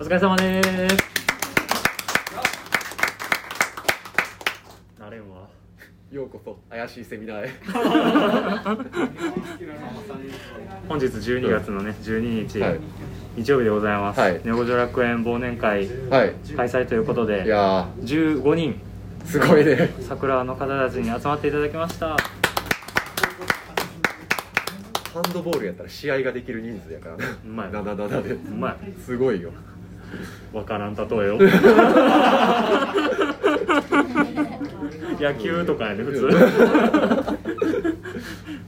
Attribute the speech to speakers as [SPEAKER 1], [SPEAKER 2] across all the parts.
[SPEAKER 1] お疲れ様ですなれんわ
[SPEAKER 2] ようこそ怪しいセミナーへ
[SPEAKER 1] 本日12月のね12日、
[SPEAKER 2] はい
[SPEAKER 1] 日曜日でございます、
[SPEAKER 2] はい
[SPEAKER 1] ネオジョ楽園忘年会
[SPEAKER 2] はい
[SPEAKER 1] 開催ということ
[SPEAKER 2] い
[SPEAKER 1] で
[SPEAKER 2] や
[SPEAKER 1] 15人
[SPEAKER 2] ーすごいね
[SPEAKER 1] 桜の方たちに集まっていただきました
[SPEAKER 2] ハンドボールやったら試合ができる人数やからな
[SPEAKER 1] うまい
[SPEAKER 2] 77で
[SPEAKER 1] うま
[SPEAKER 2] すごいよ
[SPEAKER 1] いわからん例えよ野球とかやね普通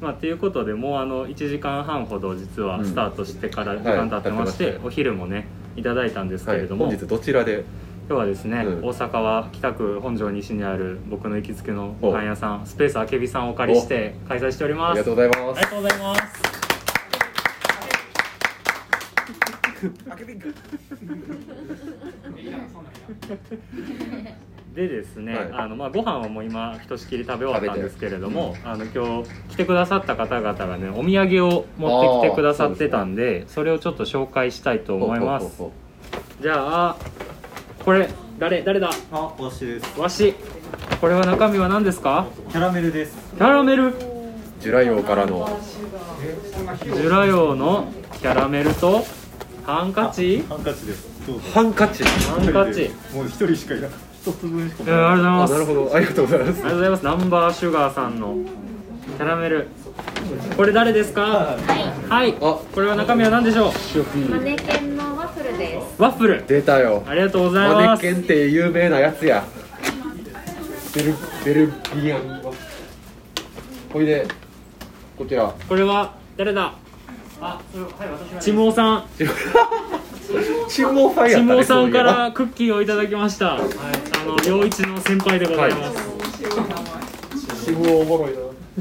[SPEAKER 1] まあということでもうあの1時間半ほど実はスタートしてから時間経ってまして、
[SPEAKER 2] はい経ってましたね
[SPEAKER 1] お昼もねいただいたんですけ
[SPEAKER 2] は
[SPEAKER 1] れ
[SPEAKER 2] い
[SPEAKER 1] ども、
[SPEAKER 2] 本日どちらで
[SPEAKER 1] 今日はですね、
[SPEAKER 2] うん
[SPEAKER 1] 大阪は北区本庄西にある僕の行きつけのご飯屋さんスペースあけびさんをお借りして開催しており
[SPEAKER 2] あ
[SPEAKER 1] ま
[SPEAKER 2] り
[SPEAKER 1] す
[SPEAKER 2] がとうございます
[SPEAKER 1] とうございますでですね、
[SPEAKER 2] はい
[SPEAKER 1] あのまあ、ご飯はもう今ひとしきり食べ終わったんですけれども、あの今日来てくださった方々がねお土産を持ってきてくださってたんでそれをちょっと紹介したいと思います
[SPEAKER 2] ほうほ
[SPEAKER 1] じゃあこれ誰誰だ
[SPEAKER 3] あ、おしです。
[SPEAKER 1] わしこれは中身は何ですか
[SPEAKER 3] キャラメルです。
[SPEAKER 1] キャラメル
[SPEAKER 2] うほうジュライオからの
[SPEAKER 1] ジュラヨのキャラメルとハンカチ
[SPEAKER 3] ハンカチです。どうぞ。
[SPEAKER 2] ハンカチ
[SPEAKER 1] ハンカチ。
[SPEAKER 3] もう一人しかいない。一つ分しか
[SPEAKER 1] えーありがとうご
[SPEAKER 2] あ
[SPEAKER 1] ざ
[SPEAKER 2] ないる
[SPEAKER 1] ます
[SPEAKER 2] ほどありがとうございま
[SPEAKER 1] あり
[SPEAKER 2] す
[SPEAKER 1] がとうございますナンバーシュガーさんのキャラメルこれ誰ですかはい
[SPEAKER 2] あ
[SPEAKER 1] これは中身は何でしょう
[SPEAKER 4] マネケンのワッフルです。
[SPEAKER 1] ワッフル
[SPEAKER 2] 出たよ
[SPEAKER 1] ありがとうござい
[SPEAKER 2] マ
[SPEAKER 1] ま
[SPEAKER 2] ネケ
[SPEAKER 1] す
[SPEAKER 2] ンって有名なやつやベルベルビアンほいでこちら
[SPEAKER 1] これは誰だちもうさん
[SPEAKER 2] チンモーファイ
[SPEAKER 1] ち
[SPEAKER 2] やった
[SPEAKER 1] も
[SPEAKER 2] ね
[SPEAKER 1] うさ
[SPEAKER 2] そうんいえ
[SPEAKER 1] か
[SPEAKER 2] ば
[SPEAKER 1] らクッキーをいただきましたあの陽一の先輩でございます、
[SPEAKER 2] シムおもろい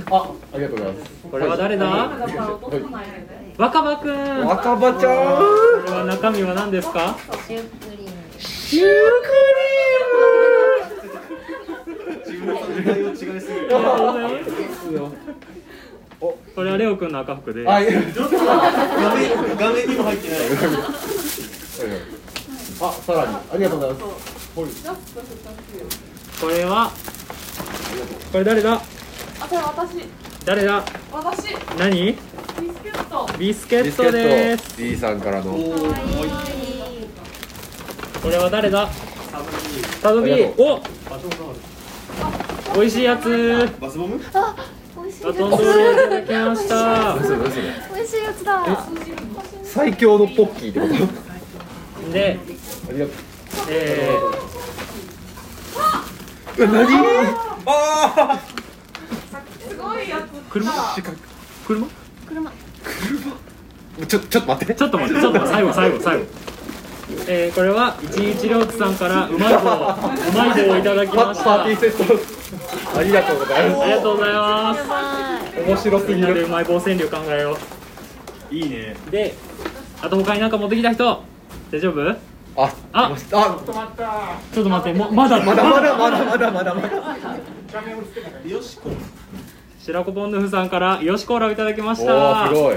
[SPEAKER 2] な。あ、ありがとうございます。
[SPEAKER 1] これは誰だ、
[SPEAKER 2] はい
[SPEAKER 1] 若葉くんこ
[SPEAKER 2] 若葉ち
[SPEAKER 1] れ
[SPEAKER 2] ゃ
[SPEAKER 1] は中身は何ですか
[SPEAKER 4] シュークリーム。
[SPEAKER 2] ん。シューク
[SPEAKER 3] 時代を違いすぎる。
[SPEAKER 1] ありがとうございます
[SPEAKER 2] リーム。
[SPEAKER 1] これはレオくんの赤服で
[SPEAKER 2] あ、いや。
[SPEAKER 3] 画面、画面にも入ってない。
[SPEAKER 2] あ、さらに、ありがとうございます。ほい
[SPEAKER 1] これはこれ誰だ
[SPEAKER 5] あ、これ私、
[SPEAKER 1] 誰だ
[SPEAKER 5] 私、ビ
[SPEAKER 1] 何
[SPEAKER 5] スケット。
[SPEAKER 1] ビスケ
[SPEAKER 2] ビ
[SPEAKER 1] ッ
[SPEAKER 2] スケ
[SPEAKER 1] トで
[SPEAKER 2] ッ
[SPEAKER 1] す
[SPEAKER 2] ト。D さんからの。
[SPEAKER 4] 可愛い
[SPEAKER 1] これは誰だサドビ
[SPEAKER 2] ありが
[SPEAKER 1] ーお美味しいやつ
[SPEAKER 3] バスボム。
[SPEAKER 4] あ、美味しい
[SPEAKER 1] バ
[SPEAKER 4] や
[SPEAKER 1] トンドールいただきました
[SPEAKER 2] 何それ何それ
[SPEAKER 4] つ。美味しいやつだ。
[SPEAKER 2] 最強のポッキーってこと。
[SPEAKER 1] で
[SPEAKER 2] ありがと
[SPEAKER 1] え
[SPEAKER 2] う。え、何？
[SPEAKER 5] すごいやつ。
[SPEAKER 1] ー、車車
[SPEAKER 2] ちょちょっと待って。
[SPEAKER 1] ちょっと待ってちょっと待って最後最後最後えー、これは一一両津さんからうまい棒うまい棒をいただき
[SPEAKER 2] パ
[SPEAKER 1] ま
[SPEAKER 2] ッ
[SPEAKER 1] し
[SPEAKER 2] パ
[SPEAKER 1] た
[SPEAKER 2] ーティーセット。ありがとうござい
[SPEAKER 1] ありが
[SPEAKER 2] ま
[SPEAKER 1] とうございます
[SPEAKER 2] す。面白す
[SPEAKER 1] みん
[SPEAKER 2] ぎ
[SPEAKER 1] なで
[SPEAKER 2] る。
[SPEAKER 1] うまい棒川柳考えよ
[SPEAKER 3] いいね。
[SPEAKER 1] うであと他に何か持ってきた人大丈夫
[SPEAKER 2] あ、
[SPEAKER 1] あ
[SPEAKER 2] あ、
[SPEAKER 1] ちょっと待ってもまだ
[SPEAKER 2] まだまだまだまだまだまだ。
[SPEAKER 3] よしこ。
[SPEAKER 1] 白子ポンヌフさんからよしコーラをいただきまし
[SPEAKER 2] おお
[SPEAKER 1] た
[SPEAKER 2] すごい。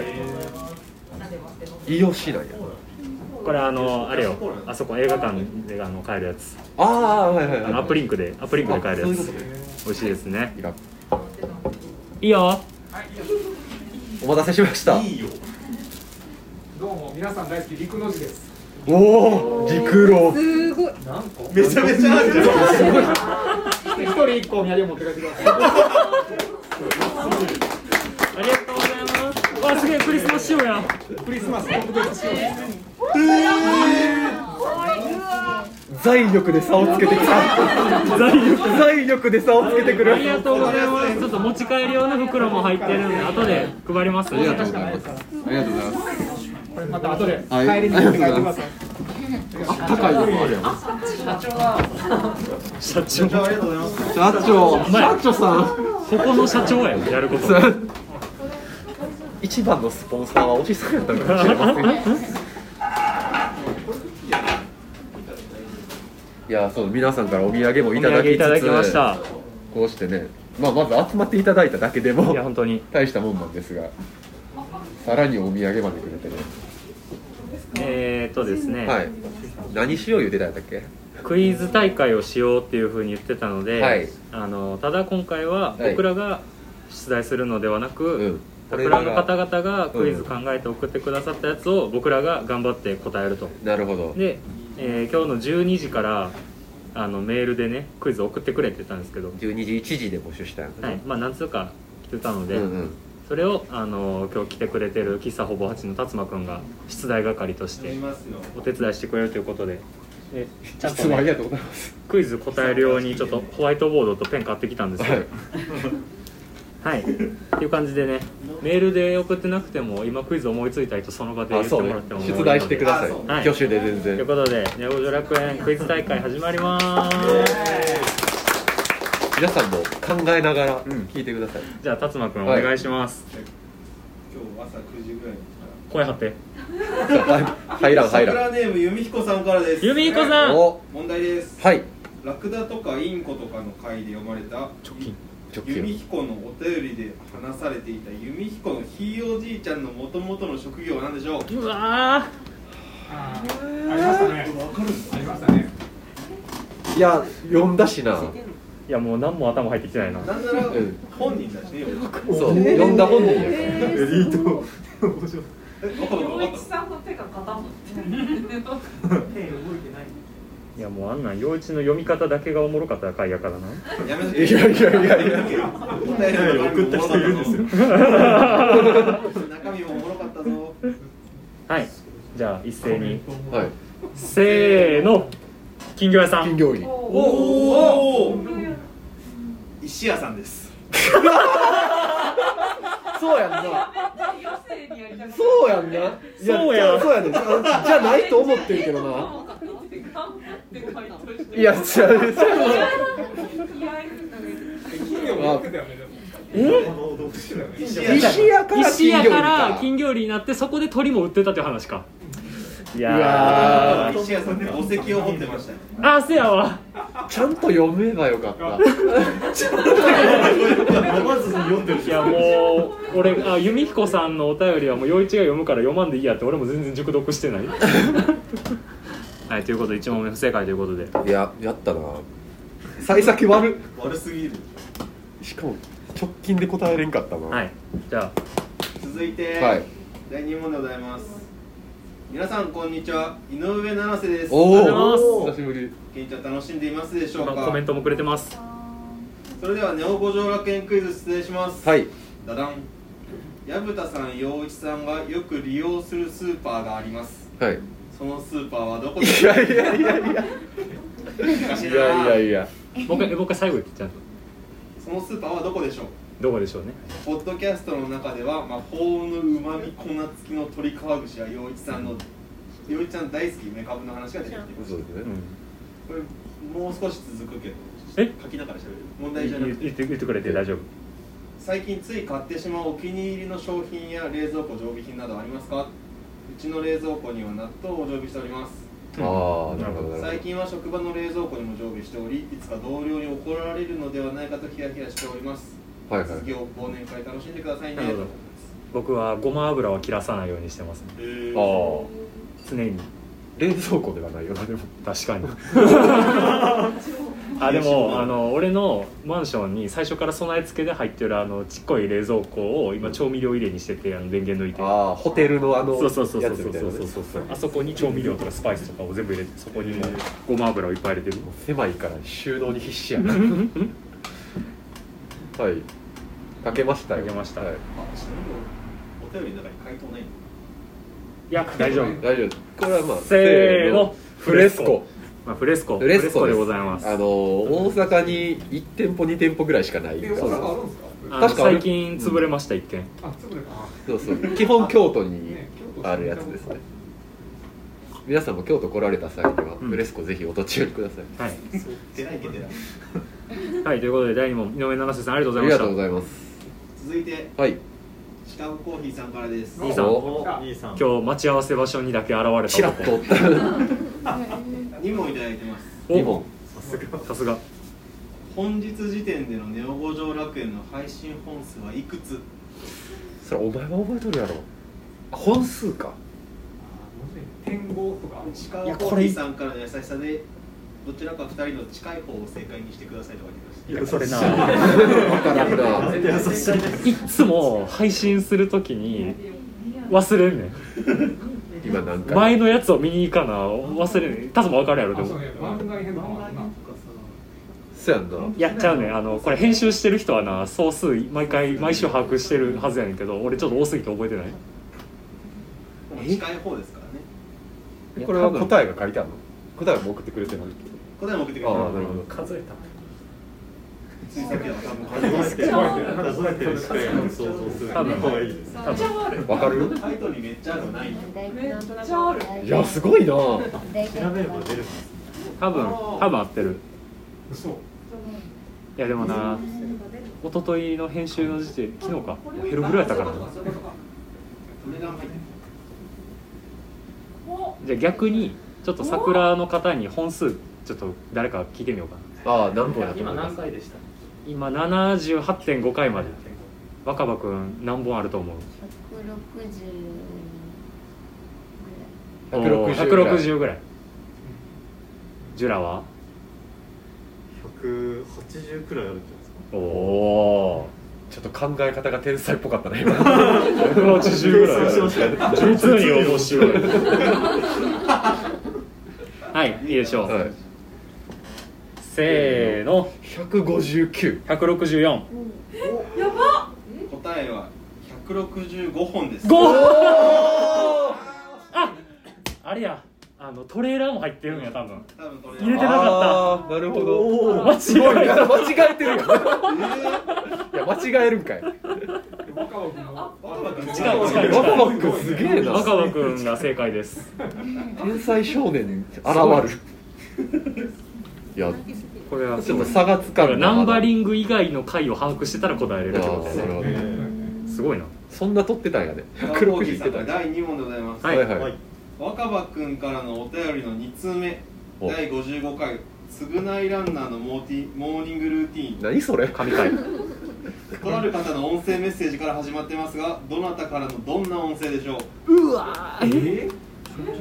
[SPEAKER 2] イオシなんや。
[SPEAKER 1] これあのあれよあそこ映画館であの買えるやつ
[SPEAKER 2] ああはいはいは
[SPEAKER 1] あ
[SPEAKER 2] い。
[SPEAKER 1] のアップリンクでアップリンクで買えるや
[SPEAKER 2] あそう
[SPEAKER 1] つ
[SPEAKER 2] いうことね
[SPEAKER 1] 美味しいですね
[SPEAKER 2] いらん
[SPEAKER 1] いいよ
[SPEAKER 2] お待たせしました。
[SPEAKER 3] いいよ。
[SPEAKER 6] どうも皆さん大好き陸の字です。
[SPEAKER 2] おお陸路。
[SPEAKER 6] 何個？
[SPEAKER 3] めちゃめちゃある。
[SPEAKER 6] 一人一個お土産持って帰ってくださ
[SPEAKER 1] ありがとうございますわあすげえクリスマス仕様 や
[SPEAKER 6] い。クリスマス特別仕様です。
[SPEAKER 2] 財力で差をつけてきた。
[SPEAKER 1] 財力
[SPEAKER 2] 財力で差をつけてくる。
[SPEAKER 1] ありがとうございますちょっと持ち帰り用の袋も入ってるんで後で配ります
[SPEAKER 2] います。ありがとうございます。
[SPEAKER 6] これまた後で
[SPEAKER 2] はい
[SPEAKER 6] 帰りに持って帰ってください。
[SPEAKER 2] 高いのもあるやん。
[SPEAKER 1] 社長
[SPEAKER 3] じゃあ、ありがとうございます。
[SPEAKER 2] 社長、
[SPEAKER 1] 前
[SPEAKER 2] 社長さん。
[SPEAKER 1] ここの社長ややること
[SPEAKER 2] 一番のスポンサーはおじさんやったのかもしれません。いやそう皆さんからお土産も
[SPEAKER 1] お
[SPEAKER 2] い
[SPEAKER 1] 土
[SPEAKER 2] ただ
[SPEAKER 1] 産
[SPEAKER 2] き
[SPEAKER 1] いただきま
[SPEAKER 2] つ
[SPEAKER 1] し
[SPEAKER 2] つ
[SPEAKER 1] た
[SPEAKER 2] こうしてね、まあ、まず集まっていただいただけで
[SPEAKER 1] いや
[SPEAKER 2] も
[SPEAKER 1] 本当に
[SPEAKER 2] 大したもんなんですがさらにお土産までくれてね
[SPEAKER 1] えー、っとですね、
[SPEAKER 2] はい何しよう言うてたんだっけ
[SPEAKER 1] クイズ大会をしようっていうふうに言ってたので、
[SPEAKER 2] はい
[SPEAKER 1] あのただ今回は
[SPEAKER 2] はい
[SPEAKER 1] 僕らが出題するのではな
[SPEAKER 2] う
[SPEAKER 1] く、
[SPEAKER 2] ん
[SPEAKER 1] 桜の方々がクイズ考えて送ってくださったやつを僕らが頑張って答えると
[SPEAKER 2] なるほど
[SPEAKER 1] で、えー今日の12時からあのメールでねクイズ送ってくれって言ったんですけど、
[SPEAKER 2] 12時1時で募集したんやな
[SPEAKER 1] はい、まあ何通か来てたの
[SPEAKER 2] う
[SPEAKER 1] で、
[SPEAKER 2] んうん
[SPEAKER 1] それをあの今日来てくれてる喫茶ほぼ8の辰馬くんが出題係として
[SPEAKER 3] ますよ
[SPEAKER 1] お手伝いしてくれるということででちゃんと
[SPEAKER 2] 質問あり
[SPEAKER 1] ね
[SPEAKER 2] がとうございます
[SPEAKER 1] クイズ答えるようにちょっ とホワイトボードとペン買ってきたんですけどはい、っていう感じでねメールで送ってなくても今クイズ思いついた人その場で言
[SPEAKER 2] あ
[SPEAKER 1] って
[SPEAKER 2] そう
[SPEAKER 1] も
[SPEAKER 2] ね
[SPEAKER 1] らっても
[SPEAKER 2] 出題してくださ
[SPEAKER 3] あそう
[SPEAKER 1] はい
[SPEAKER 2] い挙手で全
[SPEAKER 1] という
[SPEAKER 2] 然
[SPEAKER 1] ことで「ネオジョ楽園クイズ大会」始まります
[SPEAKER 2] 皆さんも考えながら聞いてください
[SPEAKER 1] じゃあ辰馬くんお願いします、
[SPEAKER 3] 今日朝9時ぐらいに
[SPEAKER 1] 声張って
[SPEAKER 2] はい入らん入らん
[SPEAKER 3] 桜ネーム由美彦さんからです
[SPEAKER 1] 由美彦さん
[SPEAKER 2] お
[SPEAKER 3] 問題です
[SPEAKER 2] はい
[SPEAKER 3] ラクダとかインコとかの回で読まれた
[SPEAKER 1] 直近
[SPEAKER 2] 直
[SPEAKER 3] 由美
[SPEAKER 2] 球
[SPEAKER 3] 彦のお便りで話されていた由美彦のひいおじいちゃんのもともとの職業は何でしょう
[SPEAKER 1] うわ
[SPEAKER 6] あーありましたねありましたね
[SPEAKER 2] いや呼んだしな
[SPEAKER 1] ーいやもう何も頭入ってきてないな
[SPEAKER 3] なんなら
[SPEAKER 2] うん
[SPEAKER 3] 本人だしね、
[SPEAKER 2] そう呼んだ本人やから
[SPEAKER 4] えーすごい
[SPEAKER 3] え分かった
[SPEAKER 5] 洋
[SPEAKER 3] 分か
[SPEAKER 5] 一
[SPEAKER 3] っ
[SPEAKER 5] さんの手が固まって。
[SPEAKER 1] いやもうあんなん陽一の読み方だけがおもろかった回やからな
[SPEAKER 3] たやめと
[SPEAKER 2] いやいやいやいや
[SPEAKER 3] やめとけ送った人いるんですよ中身もおもろかったぞ
[SPEAKER 1] はいじゃあ一斉に
[SPEAKER 2] はい
[SPEAKER 1] せーの金魚屋さ
[SPEAKER 2] 金
[SPEAKER 1] ん
[SPEAKER 2] 魚売り
[SPEAKER 3] おお石屋さんです
[SPEAKER 2] そうやんな
[SPEAKER 5] そう
[SPEAKER 2] そうやんな。いや
[SPEAKER 1] そうやん
[SPEAKER 2] そうやねん。あじゃないと思ってるけどな。
[SPEAKER 5] 頑張って回答し て
[SPEAKER 2] いや、違う。
[SPEAKER 5] 気合い入れてる
[SPEAKER 3] 石
[SPEAKER 2] 石屋から
[SPEAKER 1] 石
[SPEAKER 2] 金魚
[SPEAKER 1] 屋
[SPEAKER 2] 売り
[SPEAKER 1] から
[SPEAKER 2] か。
[SPEAKER 1] 金魚売りになってそこで鳥も売ってたという話かいやー
[SPEAKER 2] うわー
[SPEAKER 3] 石屋さんで墓石を掘ってましたね
[SPEAKER 1] あーせやわ
[SPEAKER 2] ちゃんと読めばよかった。
[SPEAKER 3] 読まずに読んでる
[SPEAKER 1] いやもう俺あ弓彦さんのお便りはもう陽一が読むから読まんでいいやって俺も全然熟読してない はいということで1問目不正解ということで
[SPEAKER 2] いや、やったな。幸先悪
[SPEAKER 3] 悪すぎる
[SPEAKER 2] っ。しかも直近で答えれんかったな。
[SPEAKER 1] はいじゃ
[SPEAKER 3] 続いて、
[SPEAKER 2] はい
[SPEAKER 3] 第2問でございます皆さんこんにちは井上七瀬です
[SPEAKER 2] お
[SPEAKER 1] ありがとうござい
[SPEAKER 2] お。
[SPEAKER 1] ます
[SPEAKER 2] 久しぶり。
[SPEAKER 3] ケンちゃん楽しんでいますでし
[SPEAKER 1] あ
[SPEAKER 3] ょう
[SPEAKER 1] 今コメン
[SPEAKER 3] か
[SPEAKER 1] トもくれてます
[SPEAKER 3] それではネオ五条楽園クイズ出題します
[SPEAKER 2] はい。
[SPEAKER 3] ダダン薮田さん陽一さんがよく利用するスーパーがあります
[SPEAKER 2] はい。
[SPEAKER 3] そのスーパーはどこで
[SPEAKER 2] い
[SPEAKER 3] すか
[SPEAKER 2] やいやいやいや。
[SPEAKER 3] 難しい
[SPEAKER 2] い
[SPEAKER 3] な
[SPEAKER 2] やいやいや。
[SPEAKER 1] もう一回もう一回最後言ってちゃんと
[SPEAKER 3] そのスーパーはどこでしょう
[SPEAKER 1] どこでしょうね
[SPEAKER 3] ポッドキャストの中では魔法のうまみ粉付きの鶏皮串や陽一さんの陽一さんの大好きめかぶの話が出てきてます
[SPEAKER 2] そうです
[SPEAKER 1] う
[SPEAKER 2] ね。
[SPEAKER 1] ん
[SPEAKER 3] これもう少し続くけど
[SPEAKER 1] え
[SPEAKER 3] 書きながら喋る問題じゃな
[SPEAKER 1] 言
[SPEAKER 3] く
[SPEAKER 1] ってて言ってくれて大丈夫
[SPEAKER 3] 最近つい買ってしまうお気に入りの商品や冷蔵庫常備品などありますかうちの冷蔵庫には納豆を常備しております
[SPEAKER 2] ああ、なるほど。なる
[SPEAKER 3] 最
[SPEAKER 2] ほど
[SPEAKER 3] 近は職場の冷蔵庫にも常備しておりいつか同僚に怒られるのではないかとヒヤヒヤしております
[SPEAKER 2] はいはい
[SPEAKER 3] 卒業忘年会楽しんでくださいね
[SPEAKER 1] なるほど僕はごま油は切らさないようにしてますね
[SPEAKER 3] え
[SPEAKER 2] あ
[SPEAKER 3] ー
[SPEAKER 1] 常に
[SPEAKER 2] あ、冷蔵庫ではないよな、でも。
[SPEAKER 1] 確かにあでもあの俺のマンションに最初から備え付けで入ってるあのちっこい冷蔵庫を今調味料入れにしててあの電源抜いて
[SPEAKER 2] ああ、ホテルのあの
[SPEAKER 1] そうそうそうそ
[SPEAKER 2] や
[SPEAKER 1] うそ
[SPEAKER 2] つみ
[SPEAKER 1] う
[SPEAKER 2] たい
[SPEAKER 1] そ
[SPEAKER 2] な
[SPEAKER 1] う
[SPEAKER 2] ね。
[SPEAKER 1] そうそうあそこに調味料とかスパイスとかを全部入れてそこにもうごま油をいっぱい入れてる
[SPEAKER 2] 狭いから収納に必死 やなはいかけましたよ
[SPEAKER 1] かけました
[SPEAKER 2] はい、
[SPEAKER 3] あちなみにお便りの中に回答ないの
[SPEAKER 1] いや大丈夫
[SPEAKER 2] 大丈夫これはまあ
[SPEAKER 1] せーの
[SPEAKER 2] フレスコ
[SPEAKER 1] まあフレスコ
[SPEAKER 2] フレスコ
[SPEAKER 1] で
[SPEAKER 2] です
[SPEAKER 1] ございます
[SPEAKER 2] あのー大阪に1店舗2店舗ぐらいしかないから
[SPEAKER 6] そうあるんですか
[SPEAKER 1] あの
[SPEAKER 2] 確かあれ
[SPEAKER 1] 最近潰れました一軒
[SPEAKER 6] あ、つぶれか
[SPEAKER 2] そうそう基本京都に
[SPEAKER 6] ね京都
[SPEAKER 2] あるやつですね皆さんも京都来られた際には
[SPEAKER 1] うん
[SPEAKER 2] フレスコぜひお立ち寄りください、
[SPEAKER 1] はい
[SPEAKER 3] 出ないけど
[SPEAKER 1] はいということで第2問井上七瀬さんありがとうござい
[SPEAKER 2] あ
[SPEAKER 1] ま
[SPEAKER 2] り
[SPEAKER 1] し
[SPEAKER 2] が
[SPEAKER 1] た
[SPEAKER 2] とうございます
[SPEAKER 3] 続いて
[SPEAKER 2] はい
[SPEAKER 3] シカゴコーヒーさんからです
[SPEAKER 1] 兄さん
[SPEAKER 2] お
[SPEAKER 3] 兄さ
[SPEAKER 1] 今日待ち合わせ場所にだけ現れた男
[SPEAKER 2] チラッとおった2
[SPEAKER 3] 2問いただいてます
[SPEAKER 1] お
[SPEAKER 2] 本
[SPEAKER 1] さすが
[SPEAKER 3] 本日時点でのネオ五条楽園の配信本数はいくつ
[SPEAKER 2] それお前は覚えとるやろ本数か
[SPEAKER 6] あ、点五とか。
[SPEAKER 3] 石川
[SPEAKER 2] いや
[SPEAKER 3] コ
[SPEAKER 2] こ
[SPEAKER 3] ーヒ
[SPEAKER 2] れ
[SPEAKER 3] ーさんからの優しさでどちらか二人の近い方を正解にしてくださいとか
[SPEAKER 1] いやそれな
[SPEAKER 2] わからんな
[SPEAKER 3] 言ってました
[SPEAKER 1] いっつも配信するときに忘れんねん
[SPEAKER 2] 今何回
[SPEAKER 1] 前のやつを見に行かな忘れんねんタスも分かるやろで
[SPEAKER 6] あ、そう
[SPEAKER 1] も
[SPEAKER 6] ね、番外編とかもあるな。
[SPEAKER 2] そうやんな
[SPEAKER 1] やっちゃうねんあのこれ編集してる人はな総数毎回毎週把握してるはずやねんけど俺ちょっと多すぎて覚えてない
[SPEAKER 3] でも近い方ですからね
[SPEAKER 1] や
[SPEAKER 2] これは答えが書いてあるの答えも送ってくれてるの
[SPEAKER 3] 答えも送ってくれ
[SPEAKER 2] あ
[SPEAKER 3] た
[SPEAKER 2] あなるほど
[SPEAKER 7] 数えた
[SPEAKER 3] ついさっきは多分数えて
[SPEAKER 5] めっちゃ
[SPEAKER 7] 数えてる
[SPEAKER 5] 悪い
[SPEAKER 7] しか想像する
[SPEAKER 1] 多分
[SPEAKER 7] 可愛いです
[SPEAKER 5] めっちゃ悪い
[SPEAKER 2] わかる
[SPEAKER 3] タイトルにめっちゃあるのないよ
[SPEAKER 5] めっちゃある
[SPEAKER 2] いやすごいな
[SPEAKER 4] 大体
[SPEAKER 7] 調べれば出る
[SPEAKER 1] 多分多分合ってる
[SPEAKER 7] そう
[SPEAKER 1] いやでもな一昨日の編集の時点昨日かもうヘロヘロやったからな
[SPEAKER 3] そういうことかトレラン入ってる
[SPEAKER 5] お
[SPEAKER 1] じゃあ逆にちょっと桜の方に本数ちょっと誰か聞いてみようかな
[SPEAKER 2] ああ何本やと思いま
[SPEAKER 7] 何
[SPEAKER 2] す
[SPEAKER 7] 回でした
[SPEAKER 1] 今78.5回まで若葉くん何本あると思う
[SPEAKER 4] 百六十
[SPEAKER 2] 160ぐらい
[SPEAKER 1] 160ぐらいジュラは
[SPEAKER 7] 180くらいあるんじ
[SPEAKER 1] おお
[SPEAKER 2] ちょっと考え方が天才っぽかった ね今
[SPEAKER 1] 180ぐらい実に面白いはいいいでしょう、
[SPEAKER 2] はい
[SPEAKER 1] せーの
[SPEAKER 2] 159
[SPEAKER 1] 164
[SPEAKER 5] やば
[SPEAKER 3] 答えは165本です
[SPEAKER 1] ゴー
[SPEAKER 2] お
[SPEAKER 1] ああれやあのトレーラーも入ってるんや多分
[SPEAKER 3] 多分トレ
[SPEAKER 1] 入れ
[SPEAKER 3] ラ
[SPEAKER 1] てなか
[SPEAKER 3] ン
[SPEAKER 1] った
[SPEAKER 2] なるほど
[SPEAKER 1] 間違えた
[SPEAKER 2] すごいな間違えてるよいや間違えるんかい
[SPEAKER 6] 若葉君の。
[SPEAKER 1] 近い近い
[SPEAKER 2] 若葉くんすげえな
[SPEAKER 1] 若葉くんが正解です
[SPEAKER 2] 天才少年に現るいや
[SPEAKER 1] これは
[SPEAKER 2] ちょっと差がつかんな
[SPEAKER 1] ナンバリング以外の回を把握してたら答えれるってこと
[SPEAKER 2] あ
[SPEAKER 1] で
[SPEAKER 2] あ
[SPEAKER 1] す
[SPEAKER 2] なる
[SPEAKER 1] ね
[SPEAKER 2] ほど
[SPEAKER 7] ゃないです
[SPEAKER 1] すごいな
[SPEAKER 2] そんな取ってたんやね
[SPEAKER 3] 石川コーヒ
[SPEAKER 2] 160い
[SPEAKER 3] ーさ
[SPEAKER 2] て
[SPEAKER 3] ん
[SPEAKER 2] た
[SPEAKER 3] から
[SPEAKER 2] んや
[SPEAKER 3] 第2問でございます、
[SPEAKER 1] はい
[SPEAKER 2] はい
[SPEAKER 7] か
[SPEAKER 2] はい
[SPEAKER 3] 若葉くんからのお便りの2通目
[SPEAKER 2] お
[SPEAKER 3] 第55回償いランナーのモーティモーニングルーティーン
[SPEAKER 2] 何それ
[SPEAKER 1] 神回
[SPEAKER 3] とある方の音声メッセージから始まってますがどなたからのどんな音声でしょう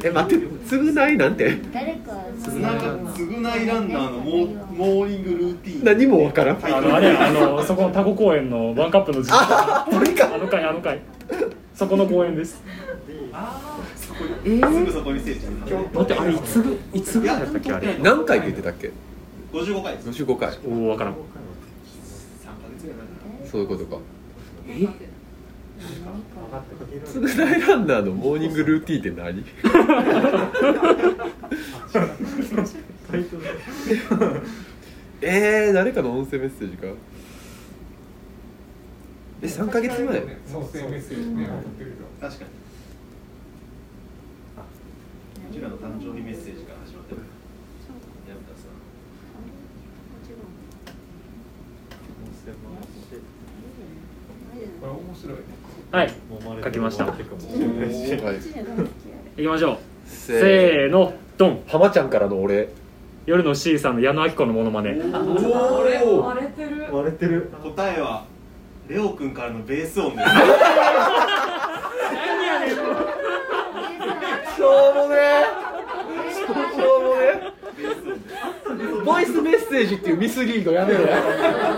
[SPEAKER 2] え待って償いなんて
[SPEAKER 4] 誰か
[SPEAKER 3] つなが償いランナーのモーモーニングルーティーン
[SPEAKER 2] 何もわからん
[SPEAKER 3] タイ
[SPEAKER 1] あ
[SPEAKER 3] ト
[SPEAKER 1] の
[SPEAKER 3] ル
[SPEAKER 1] あれやあの そこのタコ公園のワンカップの時間
[SPEAKER 2] これか
[SPEAKER 1] あの回あの回そこの公園です
[SPEAKER 3] すぐそこにせいちゃん
[SPEAKER 1] 待ってあれいつぐいつぐらいだったっけあれ
[SPEAKER 2] 何回言ってたっけ
[SPEAKER 3] 55回です
[SPEAKER 2] 55回
[SPEAKER 1] おおわからん
[SPEAKER 3] 3ヶ月ぐらい前
[SPEAKER 2] そういうことか
[SPEAKER 1] え
[SPEAKER 2] 償いランナーのモーニングルーティーンって 何
[SPEAKER 7] タイトル
[SPEAKER 2] えー、誰かの音声メッセージかえ3ヶ月前
[SPEAKER 6] そう、そう、メッセージね、送ってる
[SPEAKER 3] かな確かにこちらの誕生日メッセージから始まってます矢蓋さん
[SPEAKER 6] けど。これ面白いね。
[SPEAKER 1] はい
[SPEAKER 7] も
[SPEAKER 1] 書きました
[SPEAKER 2] はい
[SPEAKER 1] 行きましょう
[SPEAKER 2] せ
[SPEAKER 1] せーのドン
[SPEAKER 2] 浜ちゃんからのお礼
[SPEAKER 1] 夜の C さんの矢野明子のモノマネ
[SPEAKER 5] 割れてる
[SPEAKER 7] 割れてる
[SPEAKER 3] 答えはレオくんからのベース 音です
[SPEAKER 2] しょうもねしょうも ねボイスメッセージっていうミスリードやめろや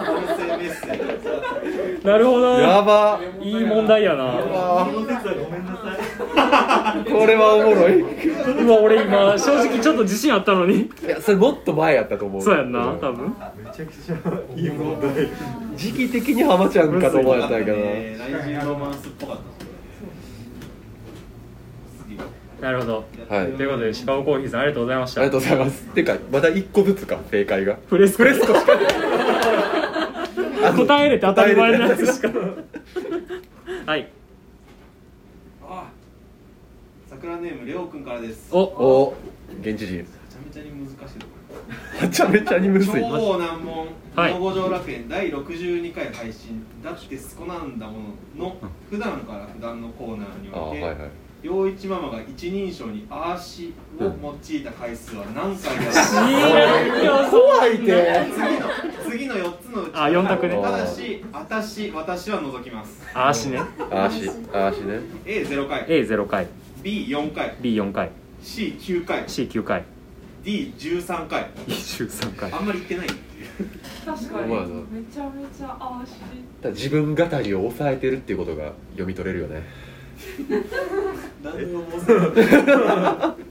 [SPEAKER 3] 音声メッセージ
[SPEAKER 1] なるほど
[SPEAKER 2] ば
[SPEAKER 1] いい問題やな
[SPEAKER 2] あ
[SPEAKER 7] この説はごめんなさい
[SPEAKER 2] ーこれはおもろいいう
[SPEAKER 1] わ俺今正直ちょっと自信あったのに
[SPEAKER 2] やそれもっと前やったと思う
[SPEAKER 1] そうやんな多分
[SPEAKER 7] めちゃくちゃいい問題
[SPEAKER 2] 時期的に浜ちゃんかと思われたんやけどな
[SPEAKER 3] ねライジンロマンスっぽかったですね次
[SPEAKER 1] なるほど
[SPEAKER 2] はい
[SPEAKER 1] ということでシカゴコーヒーさんありがとうございまし
[SPEAKER 2] ありがと
[SPEAKER 1] た
[SPEAKER 2] うございますてかまだ1個ずつか正解が
[SPEAKER 1] フレスコレスコ
[SPEAKER 2] あの
[SPEAKER 1] 答えれて当たり前のやつしかはい
[SPEAKER 3] 桜ネームレオくんからですめ
[SPEAKER 1] お
[SPEAKER 2] お現地人
[SPEAKER 3] ちゃめちゃに難しいところ
[SPEAKER 2] めちゃめちゃにむずい
[SPEAKER 3] 超難問
[SPEAKER 1] はい
[SPEAKER 3] 名護城楽園第62回配信だってスコなんだものの普段から普段のコーナーに
[SPEAKER 2] ああ
[SPEAKER 3] おい
[SPEAKER 2] はい
[SPEAKER 3] て
[SPEAKER 2] はい
[SPEAKER 3] 陽一ママが一人称に「あーし」を用いた回数は何回だろう
[SPEAKER 2] 怖いて
[SPEAKER 3] 次の次の4つのうち
[SPEAKER 1] あ四択ね
[SPEAKER 3] ただし「あたし」「私」は除きます
[SPEAKER 1] あーしね
[SPEAKER 2] あーしあーしね
[SPEAKER 3] A0 回
[SPEAKER 1] A0 回
[SPEAKER 3] B4 回
[SPEAKER 1] B4 回
[SPEAKER 3] C4 C9 回
[SPEAKER 1] C9 回
[SPEAKER 3] D13 回
[SPEAKER 1] 23回
[SPEAKER 3] あんまり行ってない
[SPEAKER 5] 確かに
[SPEAKER 2] まあな
[SPEAKER 5] めちゃめちゃああし
[SPEAKER 2] だから自分語りを抑えてるっていうことが読み取れるよね
[SPEAKER 3] 何でももうすぐ
[SPEAKER 5] 足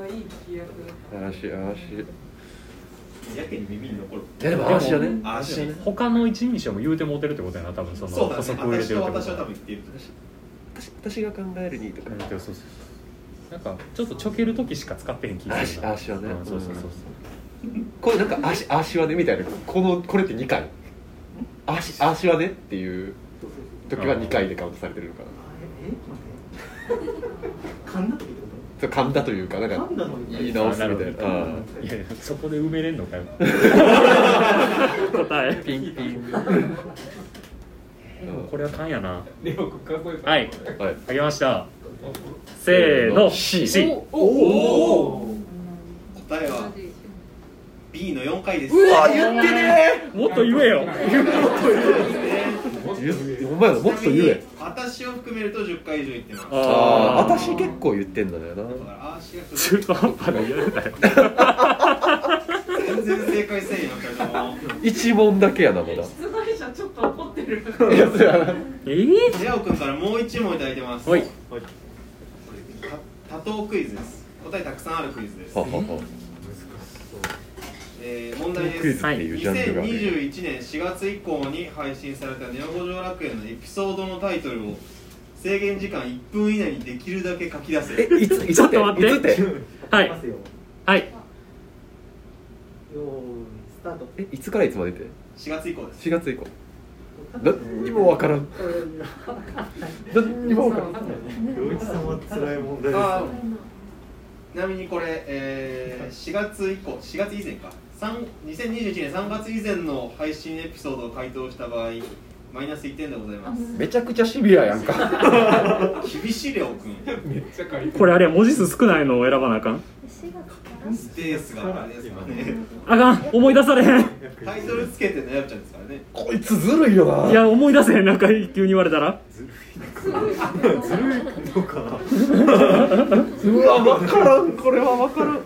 [SPEAKER 5] はいい聞き役だった
[SPEAKER 2] 嵐嵐
[SPEAKER 3] やけに耳に残る
[SPEAKER 2] いやでも嵐よね
[SPEAKER 3] あ
[SPEAKER 2] 嵐よね
[SPEAKER 1] 他の一人称も言うてもうてるってことやな多分その
[SPEAKER 3] そうだね
[SPEAKER 1] 補足を
[SPEAKER 3] 私
[SPEAKER 1] 入れてる
[SPEAKER 3] と
[SPEAKER 1] ってこと
[SPEAKER 3] 私は多分言ってる
[SPEAKER 2] 私私が考えるにとか
[SPEAKER 1] うんそうそうそうなんかちょっとちょける時しか使ってへん気がするな
[SPEAKER 2] あしあしはね
[SPEAKER 1] うんそうそうそうそう
[SPEAKER 2] これなんか足足はねみたいなこのこれって2回足足はねっていう時は2回でカウントされてるのかな
[SPEAKER 6] えちょっと待って噛んだって言ってこ
[SPEAKER 2] そう噛んだというかなんか
[SPEAKER 6] 噛んだのに
[SPEAKER 2] 言い直すみたいな
[SPEAKER 1] あ
[SPEAKER 2] あ
[SPEAKER 1] いやいやそこで埋めれんのかよ答え
[SPEAKER 2] ーピンピン
[SPEAKER 1] これは勘やな
[SPEAKER 6] とレオ君かっこよかった
[SPEAKER 1] はい
[SPEAKER 2] はい
[SPEAKER 1] あげましたせーの
[SPEAKER 2] C
[SPEAKER 1] C
[SPEAKER 6] おおー
[SPEAKER 3] 答えは B の4回です
[SPEAKER 2] 言ってね
[SPEAKER 1] もっと言え よ
[SPEAKER 2] お前らもっと言え
[SPEAKER 3] 私を含めると10回以上言ってますだか
[SPEAKER 2] ああ
[SPEAKER 1] あ
[SPEAKER 2] 私結構言ってんだよな
[SPEAKER 3] らあーしが
[SPEAKER 1] ー中途半端な言うたよ
[SPEAKER 3] 全然正解せんよ二人とも
[SPEAKER 2] 一問だけやなまだ
[SPEAKER 5] 出題者ちょっと怒って
[SPEAKER 2] い
[SPEAKER 5] る
[SPEAKER 2] やそやな
[SPEAKER 1] えー
[SPEAKER 3] レオ君からもう一問いただいてます
[SPEAKER 1] おい
[SPEAKER 7] はい
[SPEAKER 3] た多答クイズです答えたくさんあるクイズです
[SPEAKER 2] は、は
[SPEAKER 3] えー問題
[SPEAKER 2] クイ
[SPEAKER 3] で
[SPEAKER 2] ズ
[SPEAKER 3] す
[SPEAKER 2] っていうジャンルがある
[SPEAKER 3] 2021年4月以降に配信された「ネオ五条楽園」のエピソードのタイトルを制限時間1分以内にできるだけ書き出せ
[SPEAKER 2] いついつ
[SPEAKER 1] ちょっと待って
[SPEAKER 2] いつて
[SPEAKER 1] はい
[SPEAKER 6] 行きますよよ
[SPEAKER 1] はい
[SPEAKER 6] ーいスタート
[SPEAKER 2] えいつからいつまでって
[SPEAKER 3] 4月以降です
[SPEAKER 2] 4月以降何にもわからん何にもわからん
[SPEAKER 7] 陽一さんは辛い問題です
[SPEAKER 3] あーちなみにこれ、えー4月以降4月以前か3 2021年3月以前の配信エピソードを回答した場合マイナス1点でございます
[SPEAKER 2] めちゃくちゃシビアやんか
[SPEAKER 3] 厳しいレオ君
[SPEAKER 1] これあれや文字数少ないのを選ばなあかん
[SPEAKER 4] 四月から
[SPEAKER 3] スペースがあれですからね
[SPEAKER 1] あかん思い出されへん
[SPEAKER 3] タイトルつけて悩っちゃうんですからね
[SPEAKER 2] こいつずるいよない
[SPEAKER 1] や思い出せへんなんか急に言われたら
[SPEAKER 7] ずるいのかな
[SPEAKER 2] うわわからんこれはわからん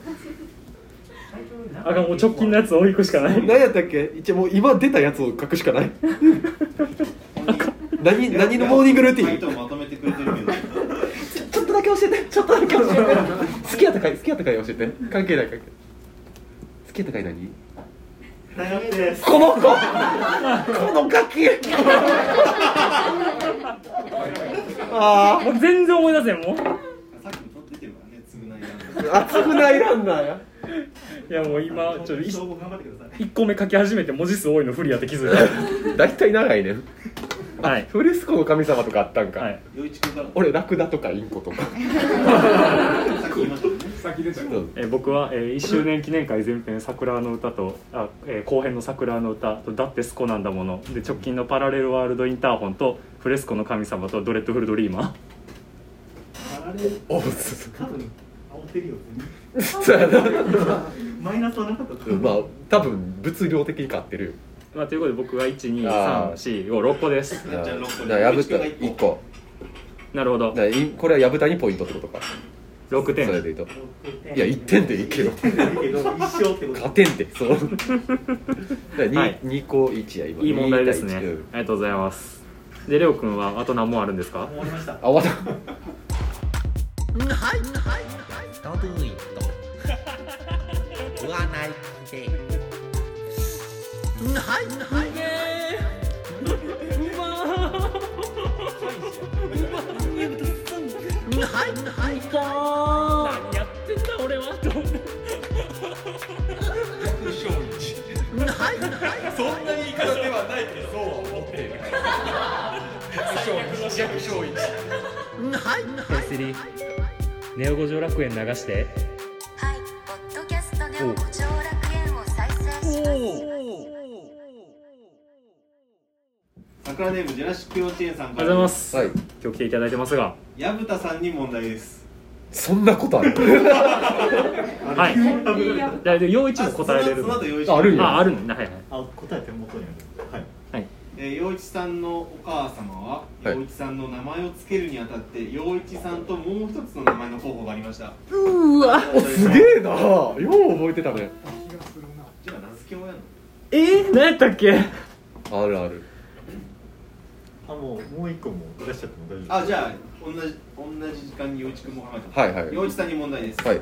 [SPEAKER 1] あかんもう直近のやつを行くしかない
[SPEAKER 2] 何やったっけ一応もう今出たやつを書くしかない何何のモーニングルーティ
[SPEAKER 3] 回
[SPEAKER 2] ン
[SPEAKER 3] 答まとめてくれてるけど
[SPEAKER 2] ちょっとだけ教えてちょっとだけ教えて好きやったかい好きやったかい教えて関係ない関係ない好きやったかい何
[SPEAKER 7] 悩みです
[SPEAKER 2] こ の子このガキあ
[SPEAKER 1] もう全然思い出せへんも
[SPEAKER 3] さっきも撮っててるからね償いが
[SPEAKER 2] あ熱くないランナーや
[SPEAKER 1] ういやもう今ちょっと
[SPEAKER 7] 一
[SPEAKER 1] 一
[SPEAKER 7] 生頑張ってください
[SPEAKER 1] 一個目書き始めて文字数多いの不利やって気づい
[SPEAKER 2] 大体長いねん
[SPEAKER 1] たはい
[SPEAKER 2] フレスコの神様とかあったんか、
[SPEAKER 1] はい
[SPEAKER 3] 陽一君からも
[SPEAKER 2] 俺ラクダとかインコとか
[SPEAKER 3] さっき言いましたもんね
[SPEAKER 6] 先出ちゃう
[SPEAKER 1] えー僕は、えー1周年記念会前編「桜の歌と」あえー後編の「桜の歌」と「だってスコなんだもの」で直近の「パラレルワールドインターホン」と「フレスコの神様」と「ドレッドフルドリーマ
[SPEAKER 7] あ れ
[SPEAKER 2] おうす
[SPEAKER 7] 多分煽ってるよ全
[SPEAKER 2] そうやな
[SPEAKER 7] 然マイナスはなかったと
[SPEAKER 2] まあ多分物量的に買ってるよ
[SPEAKER 1] ー」まあ、ということで僕が
[SPEAKER 2] あー
[SPEAKER 1] 12345個です
[SPEAKER 3] じゃあ六個
[SPEAKER 2] だから破ったら1個
[SPEAKER 1] なるほど
[SPEAKER 2] だからいこれは破ったにポイントってことか
[SPEAKER 1] 6
[SPEAKER 2] それ
[SPEAKER 1] 点
[SPEAKER 2] でいいと
[SPEAKER 7] い
[SPEAKER 2] いや1点でいい けど
[SPEAKER 7] 点でいいけど一生 ってこと
[SPEAKER 2] 勝てんてそうだから 2,、
[SPEAKER 1] はい
[SPEAKER 2] 2個1や今
[SPEAKER 1] いい問題ですね
[SPEAKER 2] 2
[SPEAKER 1] あ
[SPEAKER 2] 対
[SPEAKER 1] りが
[SPEAKER 2] 一うん
[SPEAKER 1] とうございますでレオ君はあと何問あるんですか
[SPEAKER 7] 終わりました
[SPEAKER 2] あ終わった
[SPEAKER 8] ドドゥイと占いでうんはいうんはいうんはいうんはい
[SPEAKER 1] やってんだ俺は
[SPEAKER 8] うんはいうんはい
[SPEAKER 3] そんな言い方ではないけどそうは思ってる
[SPEAKER 8] うんはいうんはい
[SPEAKER 1] ネオ五条楽園流して
[SPEAKER 9] はい、ポッドキャストでも五条楽園を再生します。
[SPEAKER 3] 桜ネームジェラシック幼稚園さん
[SPEAKER 1] あ
[SPEAKER 3] か
[SPEAKER 1] りがとうご
[SPEAKER 3] ら
[SPEAKER 1] ざいます、
[SPEAKER 2] はい
[SPEAKER 1] 今日来ていただいてますが
[SPEAKER 3] 矢蓋さんに問題です
[SPEAKER 2] そんなことある
[SPEAKER 1] はい
[SPEAKER 5] いいや
[SPEAKER 1] だいたい陽一も答えれる
[SPEAKER 3] あそのその後陽一
[SPEAKER 2] あるんや
[SPEAKER 1] ああるんだはいはい
[SPEAKER 7] あ答え手元にあるはい
[SPEAKER 1] はい
[SPEAKER 3] えー陽一一さんのお母様は
[SPEAKER 2] はい
[SPEAKER 3] 陽一さんの名前を付けるにあたって陽一さんともう一つの名前の候補がありました
[SPEAKER 1] うーわ
[SPEAKER 2] おすげえなよう覚えてたね
[SPEAKER 6] 気がするな
[SPEAKER 3] じゃあ名付け親の
[SPEAKER 1] えー、何やったっけ
[SPEAKER 2] あるある
[SPEAKER 7] あもうもう一個も出しちゃっても大丈夫
[SPEAKER 3] あじゃあ同じ同じ時間に陽一くんも考えてます
[SPEAKER 2] はいはい
[SPEAKER 3] 陽一さんに問題です、
[SPEAKER 2] はい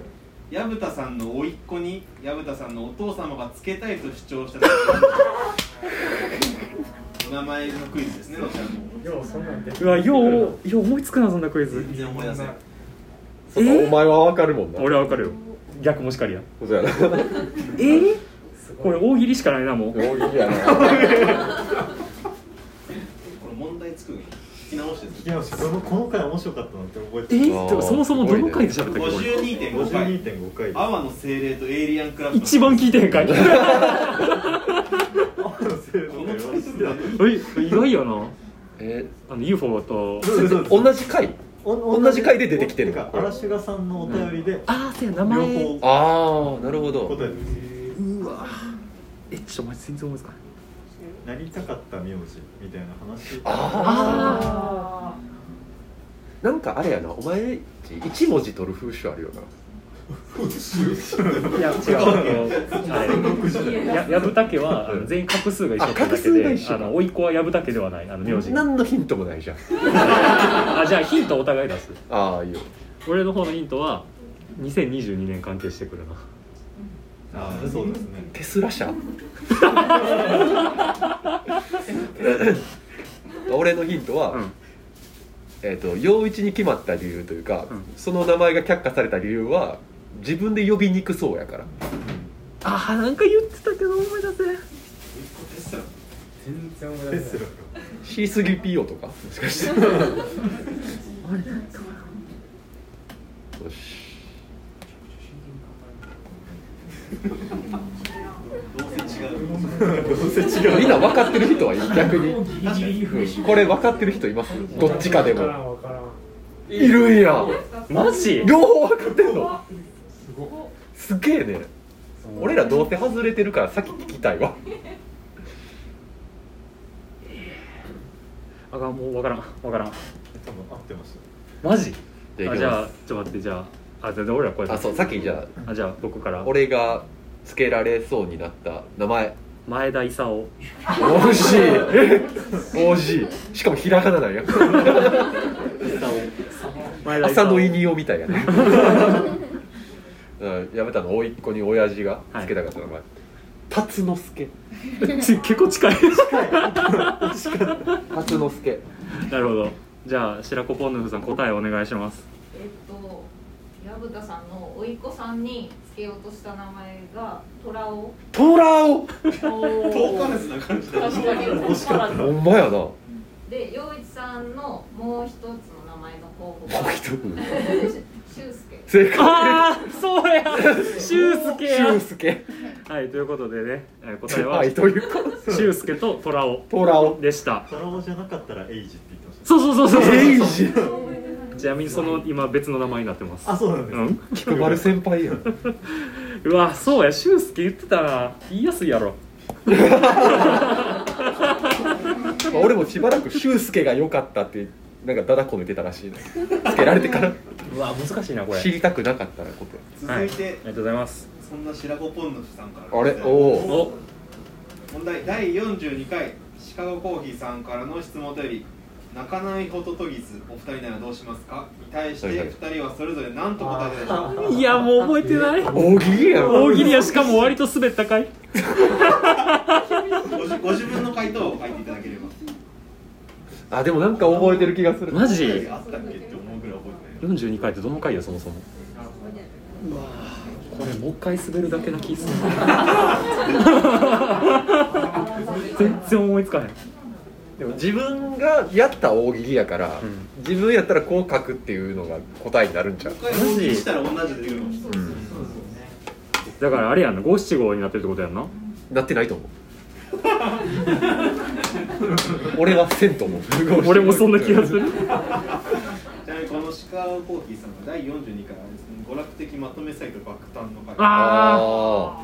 [SPEAKER 3] 矢蓋さんの甥っ子に矢蓋さんのお父様がつけたいと主 張したお名前のクイズですねどちらも
[SPEAKER 7] ようそんなんで
[SPEAKER 1] うわようよう思いつくなそんなクイズ
[SPEAKER 3] 全然思い出せない
[SPEAKER 2] そっかお前はわかるもんな
[SPEAKER 1] 俺はわかるよ逆もしかりや
[SPEAKER 2] そうやな
[SPEAKER 1] えー、これ大喜利しかないなもう
[SPEAKER 2] 大喜利 やな
[SPEAKER 3] これ問題作るの聞き直して
[SPEAKER 7] 聞きましたこのこの回面白かったなって覚え
[SPEAKER 1] え
[SPEAKER 7] てる
[SPEAKER 1] ー、でもそもそもどの回で喋ったっけこれ
[SPEAKER 3] 52.5回
[SPEAKER 7] 52.5回
[SPEAKER 3] 「阿波の精霊とエイリアンクラフト」
[SPEAKER 1] 一番聞いてへんかい
[SPEAKER 3] このタイトルだね
[SPEAKER 1] え意外よな
[SPEAKER 2] え
[SPEAKER 1] あの UFO と
[SPEAKER 2] 同じ回同じ回で出てきてる
[SPEAKER 7] か荒シュガさんのお便りで
[SPEAKER 1] ああせや名
[SPEAKER 7] 両
[SPEAKER 1] 前
[SPEAKER 7] 方
[SPEAKER 2] ああなるほ
[SPEAKER 7] 答え
[SPEAKER 2] ど
[SPEAKER 7] てる
[SPEAKER 1] うわえちょっと待って全然思いつかない
[SPEAKER 7] なりたかった名字みたいな話
[SPEAKER 2] ああ
[SPEAKER 5] あ
[SPEAKER 2] なんかあれやなお前一文字取る風習あるよない
[SPEAKER 1] や違うあの
[SPEAKER 5] あー。
[SPEAKER 1] ややぶたけはあの全員画数が一緒ってだ
[SPEAKER 2] あ
[SPEAKER 1] け
[SPEAKER 2] 画数が
[SPEAKER 1] で
[SPEAKER 2] 一緒
[SPEAKER 1] あの甥っ子はやぶたけではないあの名字
[SPEAKER 2] 何のヒントもないじゃん
[SPEAKER 1] あじゃあヒントお互い出す
[SPEAKER 2] ああいいよ
[SPEAKER 1] 俺の方のヒントは2022年関係してくるな
[SPEAKER 7] ああそうですね
[SPEAKER 2] テスラ 社俺のヒントは、
[SPEAKER 1] うん
[SPEAKER 2] えっ、と陽一に決まった理由というか、
[SPEAKER 1] うん
[SPEAKER 2] その名前が却下された理由は自分で呼びにくそうやから
[SPEAKER 1] あーなんか言ってたけど思い出せ
[SPEAKER 7] 全然思い出せない
[SPEAKER 2] C すぎ PO とかもしかして よし
[SPEAKER 3] どうせ違 う
[SPEAKER 7] どうせ違う
[SPEAKER 2] みんな分かってる人はいる逆に
[SPEAKER 6] もうギリギリフレッシュ
[SPEAKER 2] これ分かってる人いますどっちかで
[SPEAKER 6] わから
[SPEAKER 2] も
[SPEAKER 6] んわからん
[SPEAKER 2] いるんや
[SPEAKER 1] マジ
[SPEAKER 2] 両方分かってんの
[SPEAKER 6] すごっ
[SPEAKER 2] すげえね俺らどうせ外れてるから先聞きたいわ
[SPEAKER 1] あかんもうわからんわからん
[SPEAKER 7] 多分合ってました
[SPEAKER 1] マジ
[SPEAKER 2] じゃあ
[SPEAKER 1] あ
[SPEAKER 2] いき
[SPEAKER 1] じゃあちょ
[SPEAKER 2] ま
[SPEAKER 1] っと待ってじゃああ全然俺らこれ
[SPEAKER 2] すあそうさっきじゃ
[SPEAKER 1] あじゃあ僕から
[SPEAKER 2] あ俺が付けられそうになった名 前
[SPEAKER 1] 前田勲
[SPEAKER 2] 惜しい惜しいしかもひらがななんや
[SPEAKER 1] 前
[SPEAKER 2] 朝のイニオみたいや ねうんやめたの甥っ子に親父が付けたかった名前辰之助
[SPEAKER 1] ち結構近い
[SPEAKER 2] 辰之助
[SPEAKER 1] なるほどじゃあ白子ポンヌフさん答えお願いします
[SPEAKER 5] えっと、矢蓋さんの甥っ子さんにつけようとした名前が虎を。
[SPEAKER 2] トラオ
[SPEAKER 3] 遠からずな感じだ
[SPEAKER 5] 確かに。
[SPEAKER 7] 惜しかった
[SPEAKER 2] ほんまやなも
[SPEAKER 5] で、陽一さんのもう一つの名前の候補
[SPEAKER 2] う
[SPEAKER 5] が。
[SPEAKER 2] 一つ
[SPEAKER 5] 俊介。
[SPEAKER 2] 正解
[SPEAKER 1] ああそうや俊介や
[SPEAKER 2] 俊介
[SPEAKER 1] はいということでねえー答えは
[SPEAKER 2] はいということ
[SPEAKER 1] 俊介と虎尾
[SPEAKER 2] ト ラオ
[SPEAKER 1] でした
[SPEAKER 7] トラオじゃなかったらエイジって言ってまし
[SPEAKER 1] そうそうそうそうそう
[SPEAKER 2] エイジ
[SPEAKER 1] ちなみにその今別の名前になったて
[SPEAKER 7] あ
[SPEAKER 1] ます
[SPEAKER 7] そうなんです
[SPEAKER 1] う
[SPEAKER 7] ね
[SPEAKER 1] ん
[SPEAKER 2] 菊丸先輩やん
[SPEAKER 1] うわそうや俊介言ってたな言いやすいやろ
[SPEAKER 2] まあ俺もしばらく俊介が良かったってなんかだだこめてたらしいなつけられてから
[SPEAKER 1] うわ難しいなこれ
[SPEAKER 2] 知りたくなかったなこと
[SPEAKER 3] 続いて、
[SPEAKER 1] はい、ありがとうございます
[SPEAKER 3] そんな白子ポンヌフさんから
[SPEAKER 2] あれおお
[SPEAKER 1] お
[SPEAKER 3] 問題第42回シカゴコーヒーさんからの質問とより泣かないホトトギスお二人ならどうしますかに対して
[SPEAKER 2] はいはい
[SPEAKER 3] 二人はそれぞれ何と答えたでしょうか
[SPEAKER 1] いやもう覚えてない
[SPEAKER 2] 大喜利やろ
[SPEAKER 1] 大喜利やしかも割と滑ったかい
[SPEAKER 3] ごじご自分の回答を書いていただければ
[SPEAKER 2] あでもなんか覚えてる気がする
[SPEAKER 1] マジ
[SPEAKER 3] あったっけって思うぐらい覚えてない
[SPEAKER 1] 42回ってどの回やそもそもうわこれもう一回滑るだけな気する全然思いつかへん
[SPEAKER 2] でも自分がやった大喜利やから、
[SPEAKER 1] うん
[SPEAKER 2] 自分やったらこう書くっていうのが答えになるんちゃう
[SPEAKER 3] 一回同時したら同じで出てくるの
[SPEAKER 1] だからあれやんな五七五になってるってことやんな
[SPEAKER 2] なってないと思う 俺はせんと思う
[SPEAKER 1] 俺もそんな気がする
[SPEAKER 3] ちなみにこのシカゴコーヒーさんが第42回あれですね娯楽的まとめサイト爆誕の回
[SPEAKER 1] あ
[SPEAKER 2] あ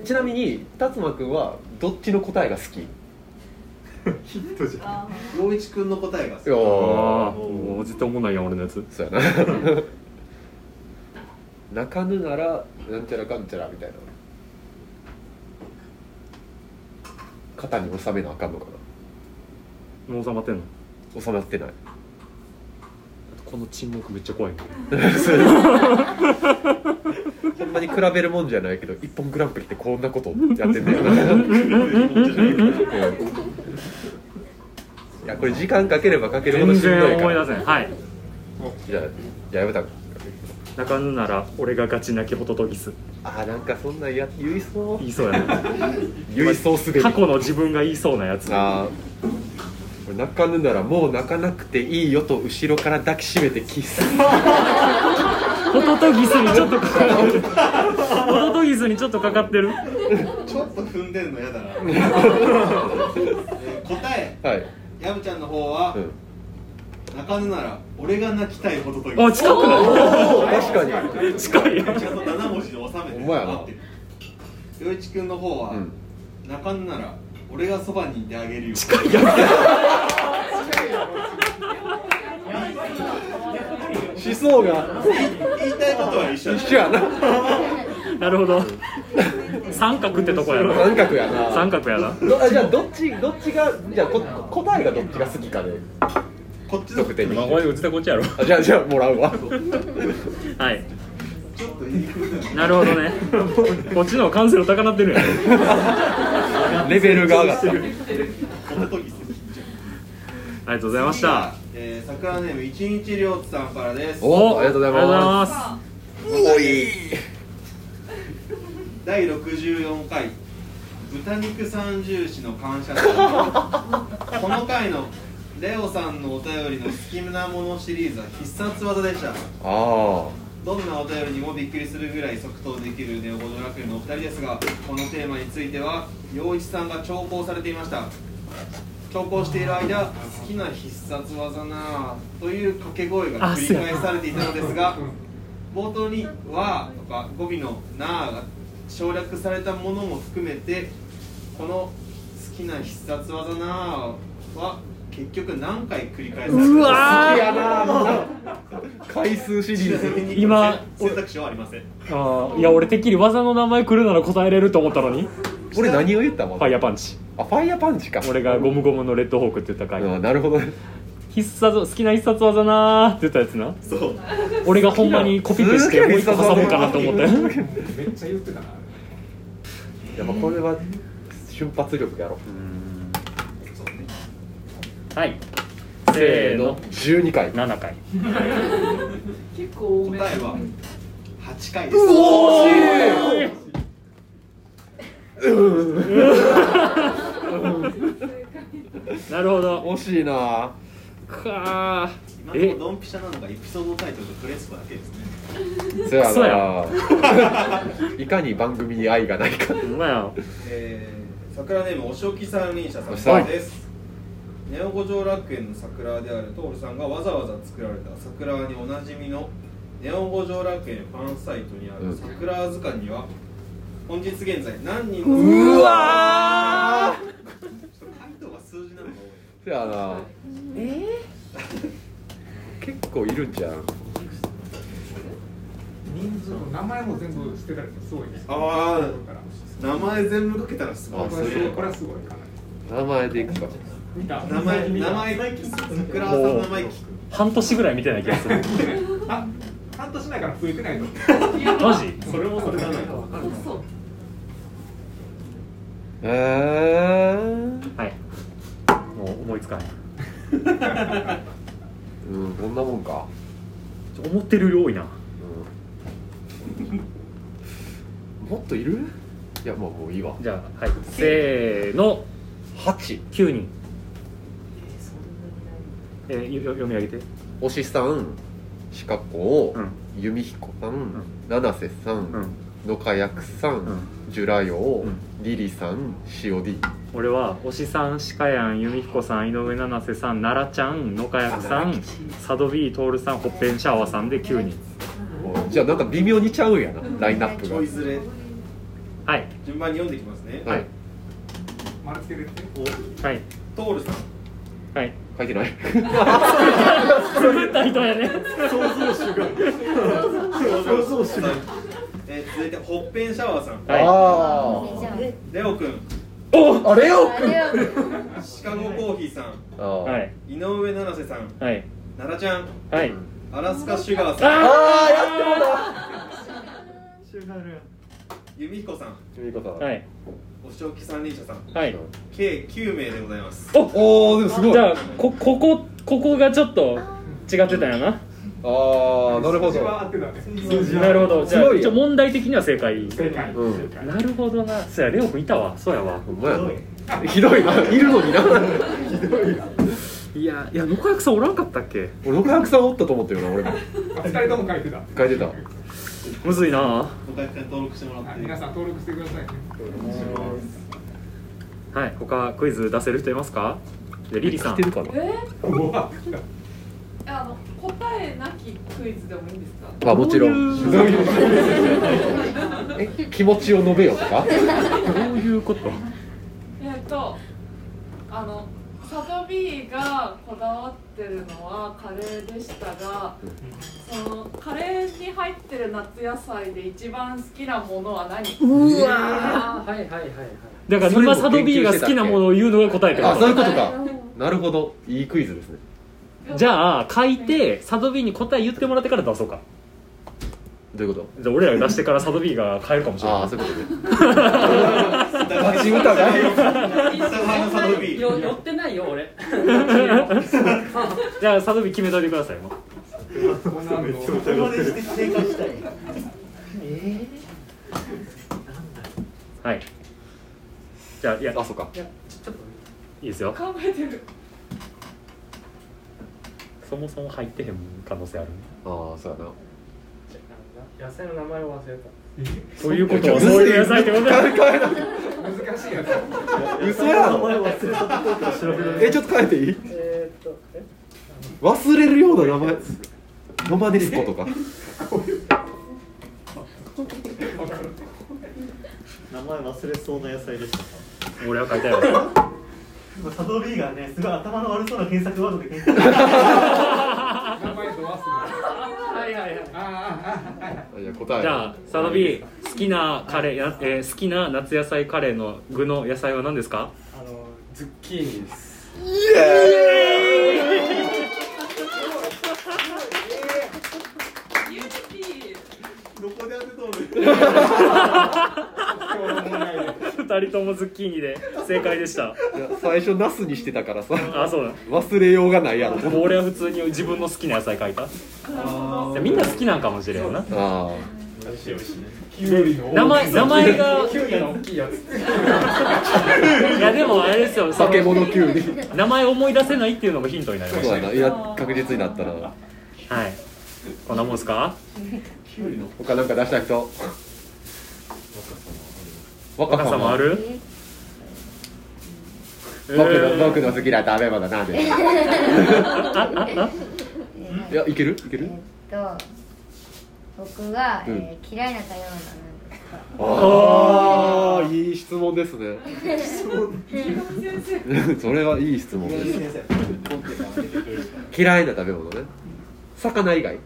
[SPEAKER 2] ーちなみに辰馬君はどっちの答えが好き
[SPEAKER 7] ヒットじゃん
[SPEAKER 5] あー
[SPEAKER 3] 陽一くんの答えが
[SPEAKER 1] あ
[SPEAKER 2] いや
[SPEAKER 1] あ
[SPEAKER 2] ー
[SPEAKER 1] もう絶対おもんないやん俺のやつ
[SPEAKER 2] そうやな 泣かぬならなんちゃらかんちゃらみたいな肩に収めなあかんのか
[SPEAKER 1] もう収まってんの
[SPEAKER 2] な収まってない
[SPEAKER 1] あとこの沈黙めっちゃ怖い
[SPEAKER 2] ほんまに比べるもんじゃないけど「一本グランプリ」ってこんなことやってんだよないやこれ時間かければかけるほど
[SPEAKER 1] 全
[SPEAKER 2] しんどい
[SPEAKER 1] 然
[SPEAKER 2] か
[SPEAKER 1] 思い
[SPEAKER 2] ら
[SPEAKER 1] 出せんはい
[SPEAKER 2] じゃあじゃあやめた
[SPEAKER 1] 泣かぬなら俺がガチ泣きホトトギス
[SPEAKER 2] あーなんかそんなんや言いそう
[SPEAKER 1] 言いそうやな
[SPEAKER 2] 言いそうすべ
[SPEAKER 1] 過
[SPEAKER 2] て
[SPEAKER 1] 去の自分が言いそうなやつ
[SPEAKER 2] ああこれ泣かぬならもう泣かなくていいよと後ろから抱きしめて キス
[SPEAKER 1] ホトトギスにちょっとかかってるホトトギスにちょっとかかってる
[SPEAKER 3] ちょっと踏んでるのや だな、えー答え
[SPEAKER 2] はい、
[SPEAKER 3] ヤブちゃんの方は、
[SPEAKER 2] うん、
[SPEAKER 3] 泣かぬなら俺が泣きたいほどという
[SPEAKER 1] あ近くない
[SPEAKER 2] 確かに
[SPEAKER 1] 近い
[SPEAKER 3] ちゃんと7文字で収めて
[SPEAKER 2] ほんまやな
[SPEAKER 3] 合ってる陽一くんの方は、
[SPEAKER 2] うん
[SPEAKER 3] 泣かぬなら俺がそばにいてあげるよ
[SPEAKER 2] 思想が
[SPEAKER 3] 言いたいことは一緒だ
[SPEAKER 2] 一緒やな
[SPEAKER 1] なるほど三角ってとこやろ
[SPEAKER 2] 三角やな
[SPEAKER 1] 三角やな
[SPEAKER 2] どあじゃあどっちどっちがじゃあこ答えがどっちが好きかで
[SPEAKER 3] こっちの
[SPEAKER 2] 得点に
[SPEAKER 1] まあこれうちとこっちやろ
[SPEAKER 2] あじゃあじゃあもらうわ
[SPEAKER 1] はい
[SPEAKER 3] ちょっと言いにくい
[SPEAKER 1] なるほどねこっちの方が完成度高なってるやん
[SPEAKER 2] レベルが上がった
[SPEAKER 3] ほどとぎす
[SPEAKER 1] ありがとうございました。
[SPEAKER 3] えー、桜ネーム一日涼さんからです
[SPEAKER 2] おおありがとうござい
[SPEAKER 1] ありがとうござい
[SPEAKER 2] ま
[SPEAKER 1] ますす。
[SPEAKER 2] おい
[SPEAKER 3] 第64回豚肉三重視の感謝祭この回のレオさんのお便りの好きなものシリーズは必殺技でした
[SPEAKER 2] あ
[SPEAKER 3] どんなお便りにもびっくりするぐらい即答できるネオゴドラクエのお二人ですがこのテーマについては陽一さんが調校されていました調校している間好きな必殺技なあという掛け声が繰り返されていたのですが冒頭に「は」とか語尾の「なあ」が省略されたものも含めてこの好きな必殺技なあは結局何回繰り返されたの
[SPEAKER 1] う
[SPEAKER 2] あ
[SPEAKER 1] わ
[SPEAKER 2] 好き
[SPEAKER 1] ー
[SPEAKER 2] やな回数シリ
[SPEAKER 3] ちなみ
[SPEAKER 2] ーズ
[SPEAKER 3] に
[SPEAKER 1] 今
[SPEAKER 3] 選択肢はありません
[SPEAKER 1] あーいや俺てっきり技の名前来るなら答えれると思ったのに
[SPEAKER 2] 俺何を言った
[SPEAKER 1] フ
[SPEAKER 2] の
[SPEAKER 1] ァイヤーパンチ
[SPEAKER 2] あファイヤーパンチか
[SPEAKER 1] 俺がゴムゴムのレッドホークって言った回、
[SPEAKER 2] うんなるほどね
[SPEAKER 1] 必殺好きな必殺技なーって言ったやつな
[SPEAKER 3] そう
[SPEAKER 1] 俺がほんまにコピペしてもう一個挟もうかなと思って
[SPEAKER 6] めっちゃ言ってたな
[SPEAKER 2] やっぱこれは瞬発力やろ
[SPEAKER 1] はいせーの
[SPEAKER 2] 12回
[SPEAKER 1] 7回
[SPEAKER 5] 結構多め
[SPEAKER 3] 答えは8回です
[SPEAKER 1] なるほど
[SPEAKER 2] 惜しいな
[SPEAKER 1] かー
[SPEAKER 3] 今の
[SPEAKER 1] え
[SPEAKER 3] ドンピシャなのがエピソードタイトルとフレスコだけですね
[SPEAKER 2] そや
[SPEAKER 1] そう
[SPEAKER 2] な いかに番組に愛がないか
[SPEAKER 1] ほんまや
[SPEAKER 3] えー、桜ネームおしおき三輪車さん
[SPEAKER 2] はい
[SPEAKER 3] です、ネオ五条楽園の桜であるとおるさんがわざわざ作られた桜におなじみのネオ五条楽園ファンサイトにあ
[SPEAKER 2] う
[SPEAKER 3] る
[SPEAKER 2] ん
[SPEAKER 3] 桜図鑑には本日現在何人の
[SPEAKER 2] うわ
[SPEAKER 3] ちょっと回答が数字なのが多い
[SPEAKER 2] そやな結構いるんじゃん
[SPEAKER 6] 人数の名前も全部捨てたりすごいね
[SPEAKER 3] あー
[SPEAKER 6] だから
[SPEAKER 3] 名前全部かけたらすごい
[SPEAKER 2] あ
[SPEAKER 3] で
[SPEAKER 6] こ
[SPEAKER 3] す
[SPEAKER 6] れすごい
[SPEAKER 3] ね
[SPEAKER 6] これはすごいかな
[SPEAKER 2] 名前でいくか
[SPEAKER 6] り見た
[SPEAKER 3] 名前名前桜さんの名前聞く
[SPEAKER 1] 半年ぐらい見てない気がする
[SPEAKER 6] あ半年前から増えてないの
[SPEAKER 1] マジ
[SPEAKER 6] それもそれだな
[SPEAKER 5] そう
[SPEAKER 2] えー
[SPEAKER 1] はいもう思いつかない
[SPEAKER 2] うんこんなもんか
[SPEAKER 1] ちょ思ってるより多いな
[SPEAKER 2] うんもっといるいやまあもういいわ
[SPEAKER 1] じゃあはいせーの
[SPEAKER 2] 8
[SPEAKER 1] 9人えーよよ読み上げて
[SPEAKER 2] おしさんシカコ
[SPEAKER 1] うん
[SPEAKER 2] 弓彦さん
[SPEAKER 1] ん
[SPEAKER 2] 七瀬さ
[SPEAKER 1] うんん
[SPEAKER 2] 野かやくさん
[SPEAKER 1] ん
[SPEAKER 2] ジュラヨ
[SPEAKER 1] うん
[SPEAKER 2] リリさん塩 D
[SPEAKER 1] 俺は推しさん鹿やん弓彦さん井上七瀬さん奈良ちゃん野かやくさん佐渡 B 徹さんほっぺんシャワーさんで9人
[SPEAKER 2] じゃあなんか微妙にちゃうんやなラインナップ
[SPEAKER 3] ち
[SPEAKER 2] が
[SPEAKER 3] ょいずれ
[SPEAKER 1] はい
[SPEAKER 3] 順番に読んできますね
[SPEAKER 1] はい
[SPEAKER 6] 丸つけてって
[SPEAKER 1] はい
[SPEAKER 3] トールさん
[SPEAKER 1] はい
[SPEAKER 2] 書いてない
[SPEAKER 1] 作った人やね
[SPEAKER 7] そうしない
[SPEAKER 3] えー続いてほっぺんシャワーさん
[SPEAKER 1] は
[SPEAKER 4] あ
[SPEAKER 2] あ
[SPEAKER 4] ーじゃ
[SPEAKER 3] レオくん
[SPEAKER 2] ああレオ
[SPEAKER 4] ああれは
[SPEAKER 3] シカゴコーヒーさん
[SPEAKER 2] あ
[SPEAKER 1] い
[SPEAKER 2] ー
[SPEAKER 1] はい
[SPEAKER 3] 井上七瀬さん
[SPEAKER 1] はい
[SPEAKER 3] 奈良ちゃん
[SPEAKER 1] はい
[SPEAKER 3] アラスカシュガーさん
[SPEAKER 2] あーやってもだ
[SPEAKER 3] 由美彦さん
[SPEAKER 2] ゆみこさん
[SPEAKER 1] はい
[SPEAKER 3] お仕置き三輪車さん
[SPEAKER 1] はい
[SPEAKER 3] 計9名でございます
[SPEAKER 2] おおでもすごい
[SPEAKER 1] じゃあこここここがちょっと違ってたんやな
[SPEAKER 2] ああなるほど
[SPEAKER 6] 合ってた
[SPEAKER 1] なるほどじゃ
[SPEAKER 2] す
[SPEAKER 1] あ
[SPEAKER 2] ごいよ
[SPEAKER 1] 一応問題的には正解
[SPEAKER 6] 正解
[SPEAKER 2] うん
[SPEAKER 6] 正解
[SPEAKER 1] なるほどなそうやレオ君いたわそうやわ
[SPEAKER 2] ほんまやなひどい ないるのになひどいない
[SPEAKER 1] やいや野川さんおらんかったっけ
[SPEAKER 2] 俺六百さんおったと思ったよな俺も
[SPEAKER 6] 二人とも書いてた
[SPEAKER 2] 書いてた
[SPEAKER 1] むずいな
[SPEAKER 3] お客さん登録してもらって
[SPEAKER 6] 皆さん登録してくださいね
[SPEAKER 1] はい他クイズ出せる人いますかでリリさん
[SPEAKER 2] 来てるかな
[SPEAKER 5] え
[SPEAKER 6] うわ
[SPEAKER 5] あの答えなきクイズでもいいんですか
[SPEAKER 2] まあもちろん
[SPEAKER 1] どういう
[SPEAKER 2] え気持ちを述べよとか
[SPEAKER 1] どういうこと
[SPEAKER 5] えっとあのサトビーがこだわってるのはカレーでしたがそのカレーに入ってる夏野菜で一番好きなものは何うわ
[SPEAKER 6] はいはいはいはい
[SPEAKER 1] だから今サドビーが好きなものを言うのが答えってこ
[SPEAKER 2] あそういう
[SPEAKER 1] と
[SPEAKER 2] ことかなるほどいいクイズですね
[SPEAKER 1] じゃあ書いてサドビーに答え言ってもらってから出そうか
[SPEAKER 2] どういうこ
[SPEAKER 1] じゃあ俺らが出してからサドビーが変えるかもしれ
[SPEAKER 2] とあ
[SPEAKER 1] な
[SPEAKER 2] あ
[SPEAKER 1] い
[SPEAKER 2] そういうことね
[SPEAKER 3] ガ
[SPEAKER 2] チ歌が
[SPEAKER 3] 寄
[SPEAKER 6] ってないよ俺
[SPEAKER 1] じゃあサドビー決めといてくださいもう
[SPEAKER 7] めっちゃ疑ってる
[SPEAKER 1] はいじゃあいや
[SPEAKER 2] あそうか
[SPEAKER 1] いいですよ
[SPEAKER 5] 考えてる
[SPEAKER 1] そもそも入ってへん可能性あるね
[SPEAKER 2] ああそうやな
[SPEAKER 6] 野菜の名前を忘れた
[SPEAKER 1] ということをそういう野菜ってことだ
[SPEAKER 6] 難しいやつ
[SPEAKER 2] 嘘やろえちょっと変えていい
[SPEAKER 6] えーっとえ
[SPEAKER 2] 忘れるような名前ロマネスコとか
[SPEAKER 7] 名前忘れそうな野菜でしたか
[SPEAKER 1] 俺は書いたよ
[SPEAKER 7] 今サドビーがねすごい頭の悪そうな検索ワードで検索
[SPEAKER 6] 名前と忘れはいはいはいあーあーあーはいはい
[SPEAKER 2] あいや答え
[SPEAKER 1] じゃあサドビー好きなカレーや、えー好きな夏野菜カレーの具の野菜は何ですか
[SPEAKER 6] あのズッキーニです
[SPEAKER 5] ユーティ
[SPEAKER 3] どこで当てとる
[SPEAKER 6] 今日の問題で
[SPEAKER 1] 2人ともズッキーニで正解でした
[SPEAKER 2] いや最初ナスにしてたからさ
[SPEAKER 1] あそうだ
[SPEAKER 2] 忘れようがないやろ
[SPEAKER 1] もう俺は普通に自分の好きな野菜書いた
[SPEAKER 3] あー
[SPEAKER 1] みんな好きなんかもしれんよな
[SPEAKER 2] あ
[SPEAKER 6] キュウリの
[SPEAKER 1] 名前名前が
[SPEAKER 6] キュウリの大きいやつ
[SPEAKER 1] いやでもあれですよ
[SPEAKER 2] あ
[SPEAKER 1] その
[SPEAKER 2] 酒物急にそ
[SPEAKER 1] 名前思い出せないっていうのもヒントになりま
[SPEAKER 2] う
[SPEAKER 1] し
[SPEAKER 2] やないや確実になったな
[SPEAKER 1] たはいこんなもんすか
[SPEAKER 2] 他なんか出した人若
[SPEAKER 1] 若さもある
[SPEAKER 2] 僕の僕の好きな食べ物なんで いやいけるいけ
[SPEAKER 4] え
[SPEAKER 2] る
[SPEAKER 4] ーっと僕は、
[SPEAKER 2] うん
[SPEAKER 4] えー嫌いな食べ物は何ですか
[SPEAKER 2] ああいい質問です ねそれはいい質問です嫌いな食べ物ね魚以外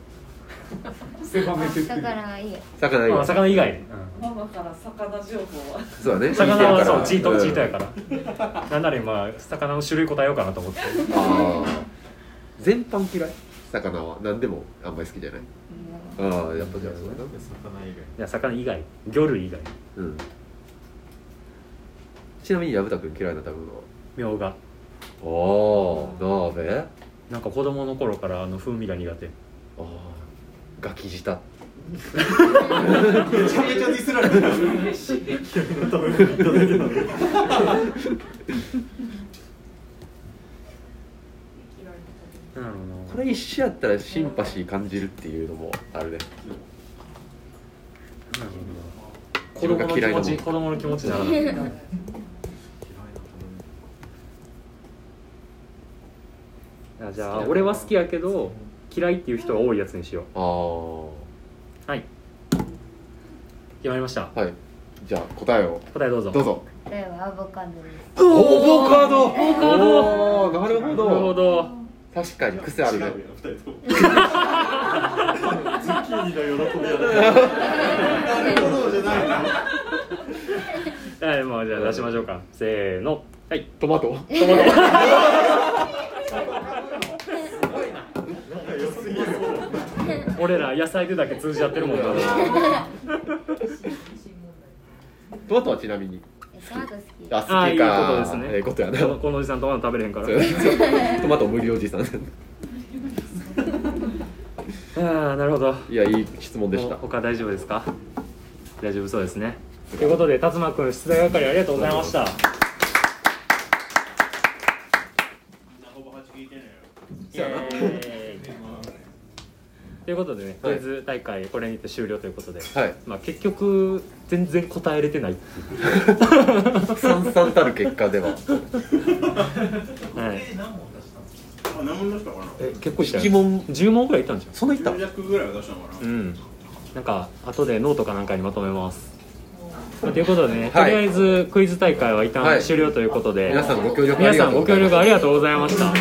[SPEAKER 6] 狭めてく
[SPEAKER 4] だ
[SPEAKER 6] る
[SPEAKER 4] からいいよ
[SPEAKER 2] 魚以
[SPEAKER 1] ま
[SPEAKER 2] 外
[SPEAKER 1] あ魚以外
[SPEAKER 5] ママから魚情報は
[SPEAKER 2] そうだね
[SPEAKER 1] 魚はそうチ
[SPEAKER 2] 引い
[SPEAKER 1] ー
[SPEAKER 2] てる
[SPEAKER 1] ト
[SPEAKER 2] から
[SPEAKER 1] チートやからなんなら今魚の種類答えようかなと思って
[SPEAKER 2] ああ全般嫌い魚は何でもあんまり好きじゃないああやっぱじゃあそうだな
[SPEAKER 7] 魚以
[SPEAKER 1] いや魚以外魚類以外
[SPEAKER 2] うんちなみに薮田君嫌いな食べ物は
[SPEAKER 1] みょうが
[SPEAKER 2] ああ鍋あ
[SPEAKER 1] なんか子供の頃からあの風味が苦手
[SPEAKER 2] あガキ舌
[SPEAKER 3] めちゃめちゃディスられてる
[SPEAKER 1] なるほ
[SPEAKER 2] これ一緒やったらシンパシー感じるっていうのもあるね
[SPEAKER 1] 子供の気持
[SPEAKER 2] 自
[SPEAKER 1] ち
[SPEAKER 2] 分が嫌いなもん
[SPEAKER 1] 子供の気持ちだならあじゃあ俺は好きやけど嫌いっていう人が多いやつにしよ
[SPEAKER 2] ああは
[SPEAKER 1] うはい決まりました
[SPEAKER 2] いじゃあ答えを
[SPEAKER 1] 答えどうぞ
[SPEAKER 2] どうぞ
[SPEAKER 4] 答えはアボカドです
[SPEAKER 6] おボカドボ
[SPEAKER 1] カド
[SPEAKER 6] なるほど
[SPEAKER 1] なるほど
[SPEAKER 6] 確かに癖あるね
[SPEAKER 2] 違うよ二人ともズッキーニの喜びやな
[SPEAKER 10] なるほどじゃないな
[SPEAKER 1] はいもうじゃあ出しましょうかせーのはい
[SPEAKER 6] トマト
[SPEAKER 2] なんか良すぎる
[SPEAKER 1] 俺ら野菜でだけ通じ合ってるもんな
[SPEAKER 6] トマトはちなみに
[SPEAKER 4] えトマト好き
[SPEAKER 6] あ好きか
[SPEAKER 1] あーいいことですね
[SPEAKER 6] ええことやな
[SPEAKER 1] このこのおじさんトマト食べれへんから
[SPEAKER 6] トマト無理おじさん
[SPEAKER 1] ああなるほど
[SPEAKER 6] いやいい質問でした
[SPEAKER 1] 他大丈夫ですか大丈夫そうですねということで辰馬君出題係ありがとうございましたイエーイということでね、
[SPEAKER 6] はい
[SPEAKER 1] クイズ大会これにて終了ということで、
[SPEAKER 6] はい
[SPEAKER 1] まあ結局全然答えれて ないっていう
[SPEAKER 6] さんさんたる結果では
[SPEAKER 1] はい、
[SPEAKER 10] あ何問出したかな
[SPEAKER 1] え結構したよ
[SPEAKER 6] 一問
[SPEAKER 1] 10問ぐらいいったんじ
[SPEAKER 6] そんな言った
[SPEAKER 10] 400ぐらいは出したのか
[SPEAKER 1] ゃんう
[SPEAKER 10] なん
[SPEAKER 1] なんか後でノートかなんかにまとめます、まあということでね、
[SPEAKER 6] は
[SPEAKER 1] と
[SPEAKER 6] い
[SPEAKER 1] りあえずクイズ大会は一
[SPEAKER 6] は
[SPEAKER 1] 旦
[SPEAKER 6] い
[SPEAKER 1] 終了ということで、
[SPEAKER 6] 皆さんご協力あ
[SPEAKER 1] 皆
[SPEAKER 6] りが
[SPEAKER 1] さ
[SPEAKER 6] と
[SPEAKER 1] んご
[SPEAKER 6] うござ
[SPEAKER 1] 協
[SPEAKER 6] います
[SPEAKER 1] 力ありがとうございました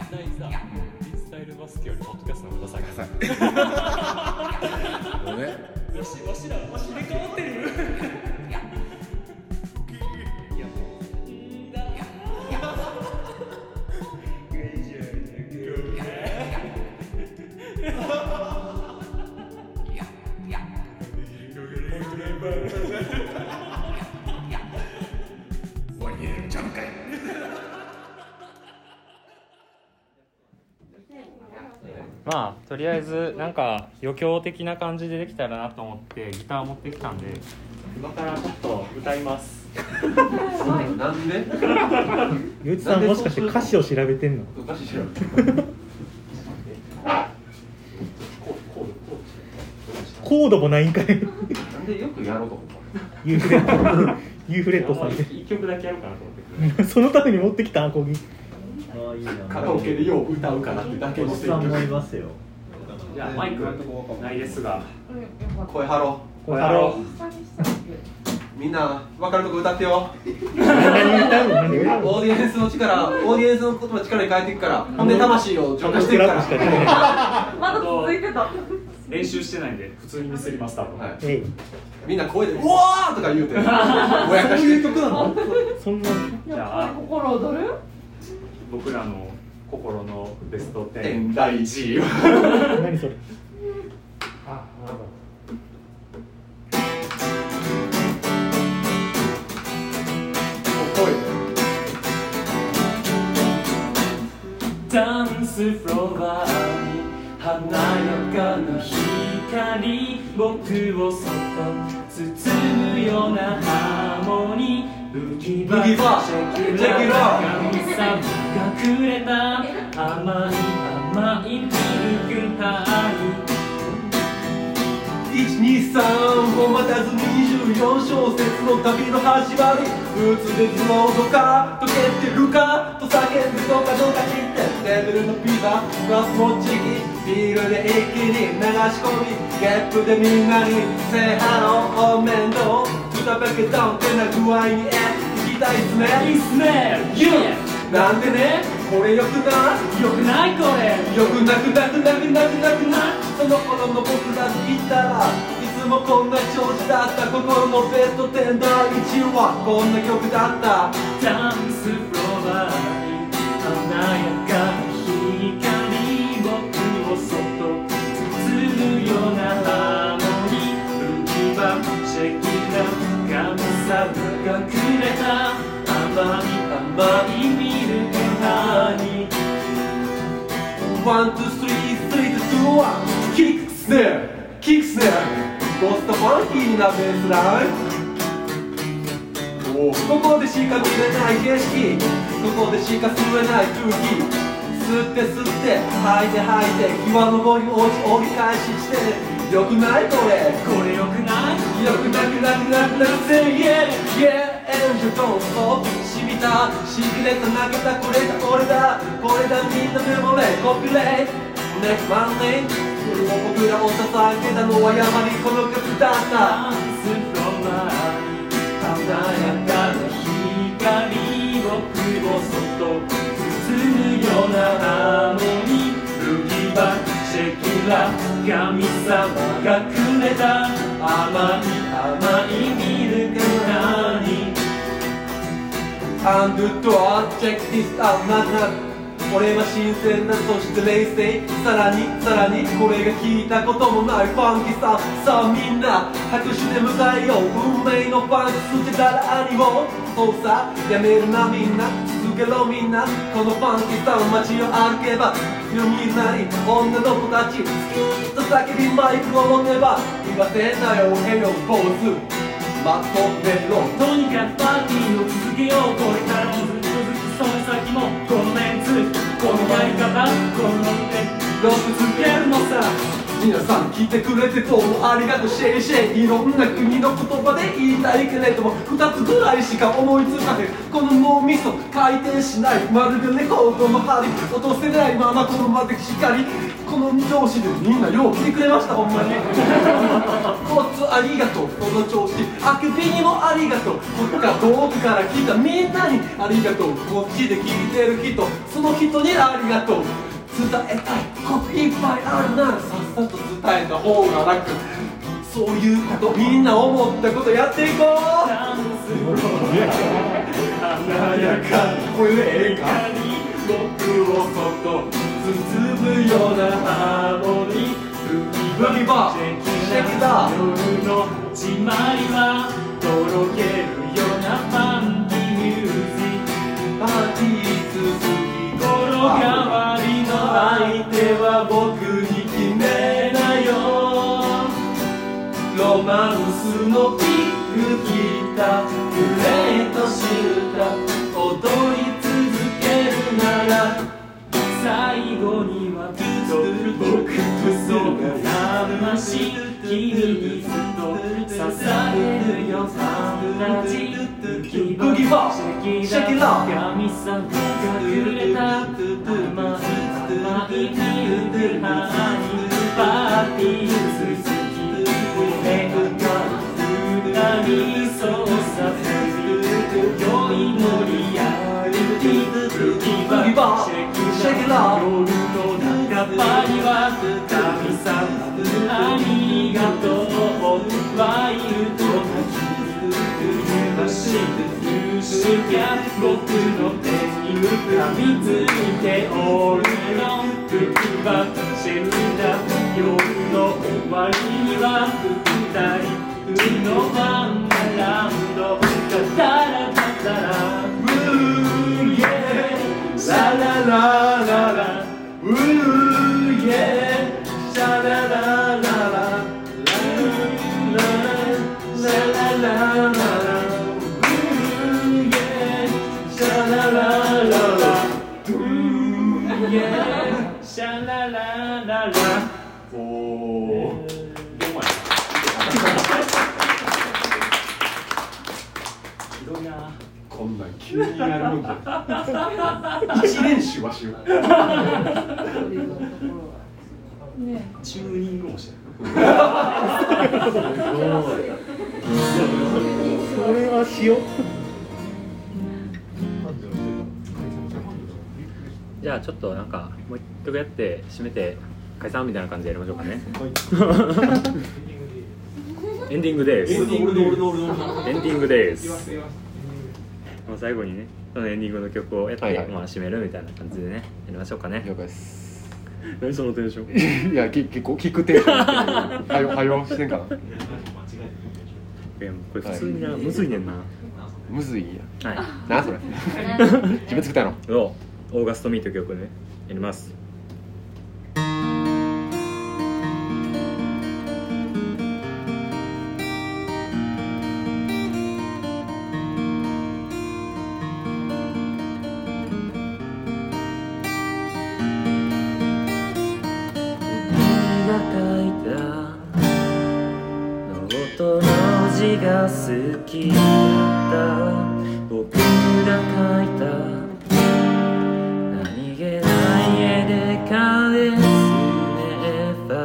[SPEAKER 1] スタイルバスケよりポッドキャストの方が最高
[SPEAKER 6] ごめん
[SPEAKER 1] まあとりあえずなんか余興的な感じでできたらなと思ってギター持ってきたんで今からちょっと歌います
[SPEAKER 6] なんで
[SPEAKER 7] ゆうちさんもしかして歌詞を調べてんの
[SPEAKER 6] おかしいじゃん
[SPEAKER 7] コードもないんかい
[SPEAKER 6] なんでよくやろうと思った
[SPEAKER 7] ユーフレットユーフレットさんで
[SPEAKER 1] 1曲だけやろうかなと思って
[SPEAKER 7] そのために持ってきたアコギ
[SPEAKER 6] カラオケでよう歌うかなってだけの選挙
[SPEAKER 7] いますよ
[SPEAKER 1] じゃあマイクないですが
[SPEAKER 6] 声張ろ
[SPEAKER 1] これやろ
[SPEAKER 6] うみんな分かるとこ歌ってよ
[SPEAKER 7] 何歌うの何歌うの
[SPEAKER 6] オーディエンスの力オーディエンスの言葉力に変えていくからほんで魂を浄化していくから
[SPEAKER 7] クラップしか出てな
[SPEAKER 5] まだ続いてた
[SPEAKER 1] う練習してないんで普通にミスります多分、
[SPEAKER 6] はい
[SPEAKER 7] えい
[SPEAKER 6] みんな声で「うわー!」とか言うてぼやかして曲なの
[SPEAKER 7] そんな
[SPEAKER 1] じゃあ
[SPEAKER 5] 心躍る
[SPEAKER 1] 僕らの心のベスト10
[SPEAKER 6] 天大事よ
[SPEAKER 7] 何それ
[SPEAKER 1] ダンスフロアに華やかな光僕をそっと包むようなハーモニー浮き場
[SPEAKER 6] ブギバ
[SPEAKER 1] ェ
[SPEAKER 6] チェキラ
[SPEAKER 1] 神様がくれた甘い甘いミルクパイ
[SPEAKER 6] 123を待たず24小節の旅の始まりうつべつの音か溶けてるかと叫ぶのかどうか切ってレベルのピザガスもちぎビールで一気に流し込みゲップでみんなに正反応お面倒くたばけたんてな具合にえ行きたいっすね
[SPEAKER 1] いいっすね Yeah
[SPEAKER 6] なんでねこれよくない
[SPEAKER 1] よくないこれ
[SPEAKER 6] よくなくなくなくなくなくなその頃の僕らに言ったらいつもこんな調子だった心のベスト10第1位はこんな曲だった
[SPEAKER 1] ダンスフロアに華やかな光僕をそっと包むようなハーモニー浮き場シェキラ神様がくれた甘い甘いミルクハニー
[SPEAKER 6] ワン、ツー、スリー、スリー、ツー、ワンキックスネアキックスネアゴストファンキーなベースラインここでしか見れない景色ここでしか吸えない空気吸って吸って吐いて吐いて際の棒に落ち折り返ししてよくないこれ
[SPEAKER 1] これよくない
[SPEAKER 6] よくなくなくなくなくて Yeah yeah and you don't stop 染みたシークレット投げたこれだこれだこれだみんなメモレーコピーレイネクマンネ僕らを支えてたのはやはりこの曲だった
[SPEAKER 1] ダンスフロマーに華やかな光僕をそっと包むようなハーモニールギバシェキラ神様がくれた甘い甘いミルクなに
[SPEAKER 6] And do all check this out なな俺は新鮮なそして冷静さらにさらにこれが聞いたこともないファンキーささあみんな拍手で迎えよう運命のファンキースてたらにをそうさやめるなみんな続けろみんなこのファンキーさん街を歩けば色みんなに女の子たち好きと叫びマイクを持てば言わせなよへよポーズまとめろ
[SPEAKER 1] とにかくパーティーを続けようこれからもずっとずっとその先もこのメンツこのやり方この手ロック続けるのさ
[SPEAKER 6] 皆さん聞いてくれてどうもありがとうシェイシェイいろんな国の言葉で言いたいけれども2つぐらいしか思いつかへんこの脳みそ回転しないまるでレコードの針落とせないままこのまで光この調子でみんなよう来てくれましたほんまにこっちありがとうこの調子あくびにもありがとう僕が遠くから来たみんなにありがとうこっちで聞いてる人その人にありがとう伝えたいこといっぱいあるならさっさと伝えた方が楽そういうことみんな思ったことやっていこう
[SPEAKER 1] ダンス
[SPEAKER 6] 華やかこれでええ
[SPEAKER 1] 光僕をそっと包
[SPEAKER 6] か
[SPEAKER 1] むようなハーモニー海はシェキだ夜の締まりはとろけるようなファンキーミュージ
[SPEAKER 6] パーティー
[SPEAKER 1] ック心変わりの相手は僕に決めなよロマンスのピックギターグレートシューター踊り続けるなら最後にはきっと僕とそんな話君にずっと刺されるよサンラジ
[SPEAKER 6] ブギバ
[SPEAKER 1] シ
[SPEAKER 6] シェキラ
[SPEAKER 1] 神さんがくれた甘い甘いミルクハニーパーティー続き夢が歌にそうさせる良いのリアリティブギバシェキラ夜の半ばには神さんありがとうワイルドな日「僕の手に向かみつけて」「俺の吹きばシェルダー」「夜の終わりには二人海のワンダーランド」「タタラタタラウーイエーラララララウーイエーシャララララ
[SPEAKER 11] こんなん急にやるもんじゃない一練習はしよう
[SPEAKER 2] チューニングもしてるこれはしよう
[SPEAKER 12] じゃあちょっとなんかもう一曲やって締めて解散みたいな感じでやりましょうかねエンディングですエンディングですエンディングですもう最後にねそのエンディングの曲をやって、
[SPEAKER 2] はいはい
[SPEAKER 12] まあ締めるみたいな感じでねやりましょうかね
[SPEAKER 2] 了解です
[SPEAKER 12] 何そのテンション
[SPEAKER 2] いやき結構聞くテンションやっ てるはよはよしてんかない
[SPEAKER 12] やもうこれ普通にな、むずいねんなは
[SPEAKER 2] むずいんや
[SPEAKER 12] い
[SPEAKER 2] なそれ 自分作ったの
[SPEAKER 12] をオーガストミーという曲ねやりますが書いたノートの字が好きだった僕が書いた何気ない絵で返す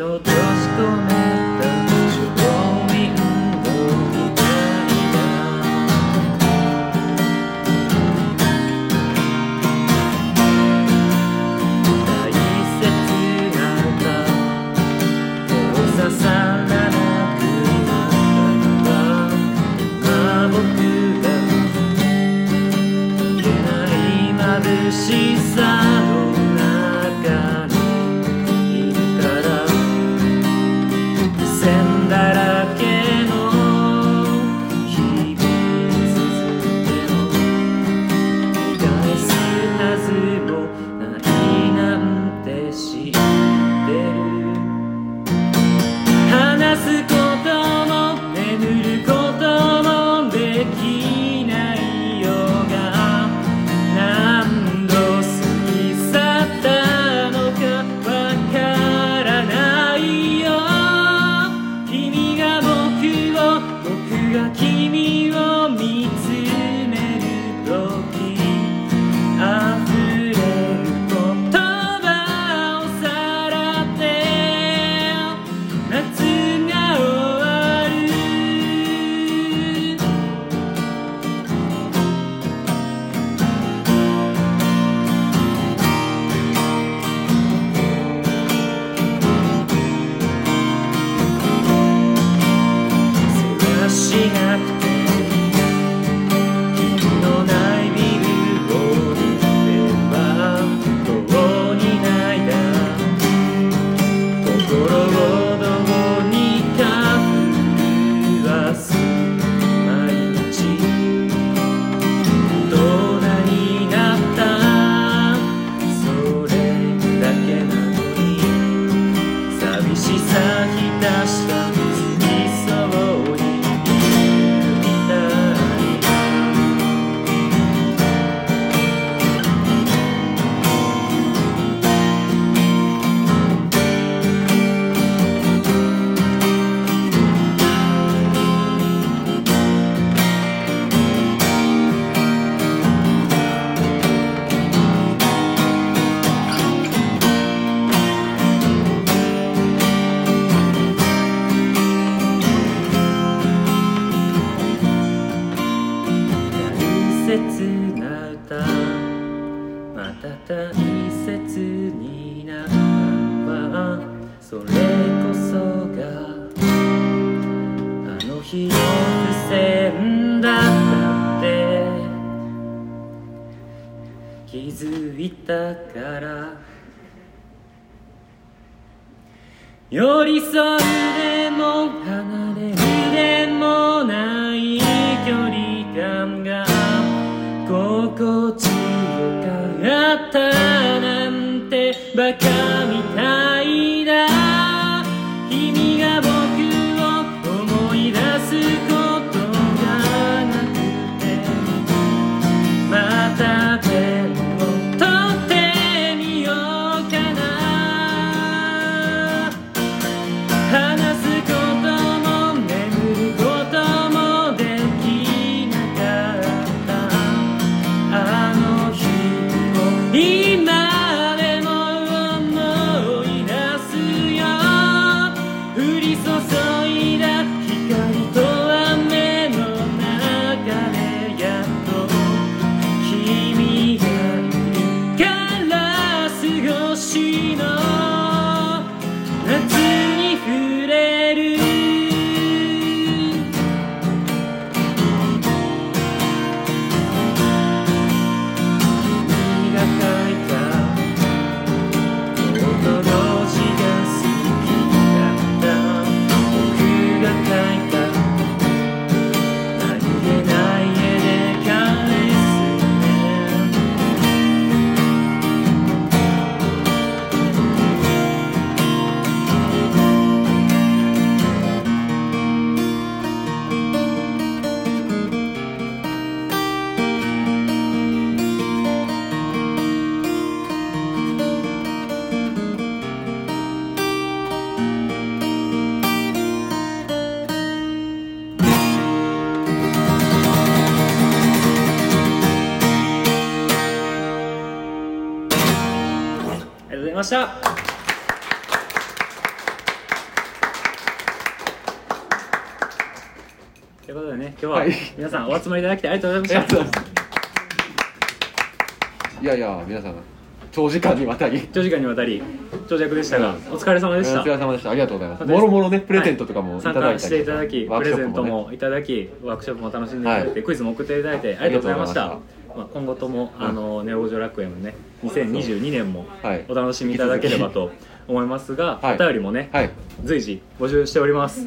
[SPEAKER 1] を閉じ込めた庶民の光が大切な歌を刺さらなくなったのは今僕が消えない眩しさの中にいるから線だらけの日々続けも返すはずもないなんて知ってる話すことも眠ることもできない夜が何度過ぎ去ったのかわからないよ君が僕を僕が君を見つめる時溢れる言葉をさらって夏が終わる探しなくてのないビルを見てはどうにないだ心をどうにか震わす毎日大人になったそれだけなのに寂しさひたした過ぎそうにいるみたい大切な歌また大切になったわそれこそがあの日の付箋だったって気づいたから寄り添うでも離れるでもない距離感が心地よかったなんてバカみたいだ君が僕を思い出すことがなくてまたペンを取ってみようかな話すことも眠ることもできなかったあの日を今でも思い出すよ降り注いだ光と雨の中でやっと「君がいるから過ごしの夏に触れる」「君が書いた音の字が好きだった」「僕が書いた」「何気ない絵で返すね」ありがとうございましたということでね今日は
[SPEAKER 2] はい
[SPEAKER 1] 皆さんお集まりいただきありがとうございました
[SPEAKER 2] いやいや皆さん長時間にわたり
[SPEAKER 1] 長時間にわたり長尺でしたがお疲れ様でした
[SPEAKER 2] お疲れ様でしたありがとうございます
[SPEAKER 1] また
[SPEAKER 2] もろもろねプレゼントとかもいた
[SPEAKER 1] 参
[SPEAKER 2] だい
[SPEAKER 1] 加
[SPEAKER 2] た
[SPEAKER 1] して
[SPEAKER 2] り
[SPEAKER 1] いただき、
[SPEAKER 2] ワー
[SPEAKER 1] プ
[SPEAKER 2] クショ
[SPEAKER 1] レ
[SPEAKER 2] ッ
[SPEAKER 1] ゼ
[SPEAKER 2] プ
[SPEAKER 1] ント
[SPEAKER 2] もね
[SPEAKER 1] もいただきワークショップも楽しんでいただいて、クイズも送っていただいてありがとうございました
[SPEAKER 2] ありがとう
[SPEAKER 1] まあ、今後とも、あのネオ五条楽園もね2022年もお楽しみいただければと思いますが、お便りもね、随時募集しております、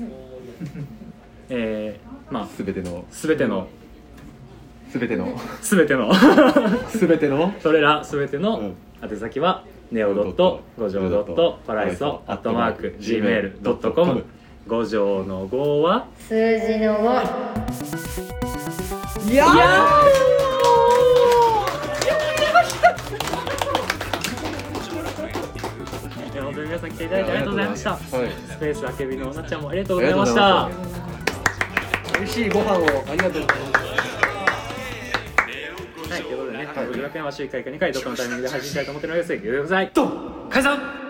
[SPEAKER 1] えーまあ、
[SPEAKER 2] 全ての
[SPEAKER 1] 全ての
[SPEAKER 2] 全ての
[SPEAKER 1] 全ての
[SPEAKER 2] 全ての
[SPEAKER 1] それら全ての宛先は、ネオドット五条ドットパライソアットマーク Gmail.com 五条の五は
[SPEAKER 4] 数字の5
[SPEAKER 2] いや
[SPEAKER 1] いや本当に皆さん来ていただいてありがとうございました、スペースあけびのおなちゃんもありがとう
[SPEAKER 2] あ
[SPEAKER 1] ご
[SPEAKER 2] り
[SPEAKER 1] ざい
[SPEAKER 2] がとう
[SPEAKER 1] ました
[SPEAKER 2] ございました美味しいご飯をありがとうございます
[SPEAKER 1] はい、ということでね、はい、楽園は週1回か2回、どこのタイミングで配信したいと思っておりますので、ご了承ください。解散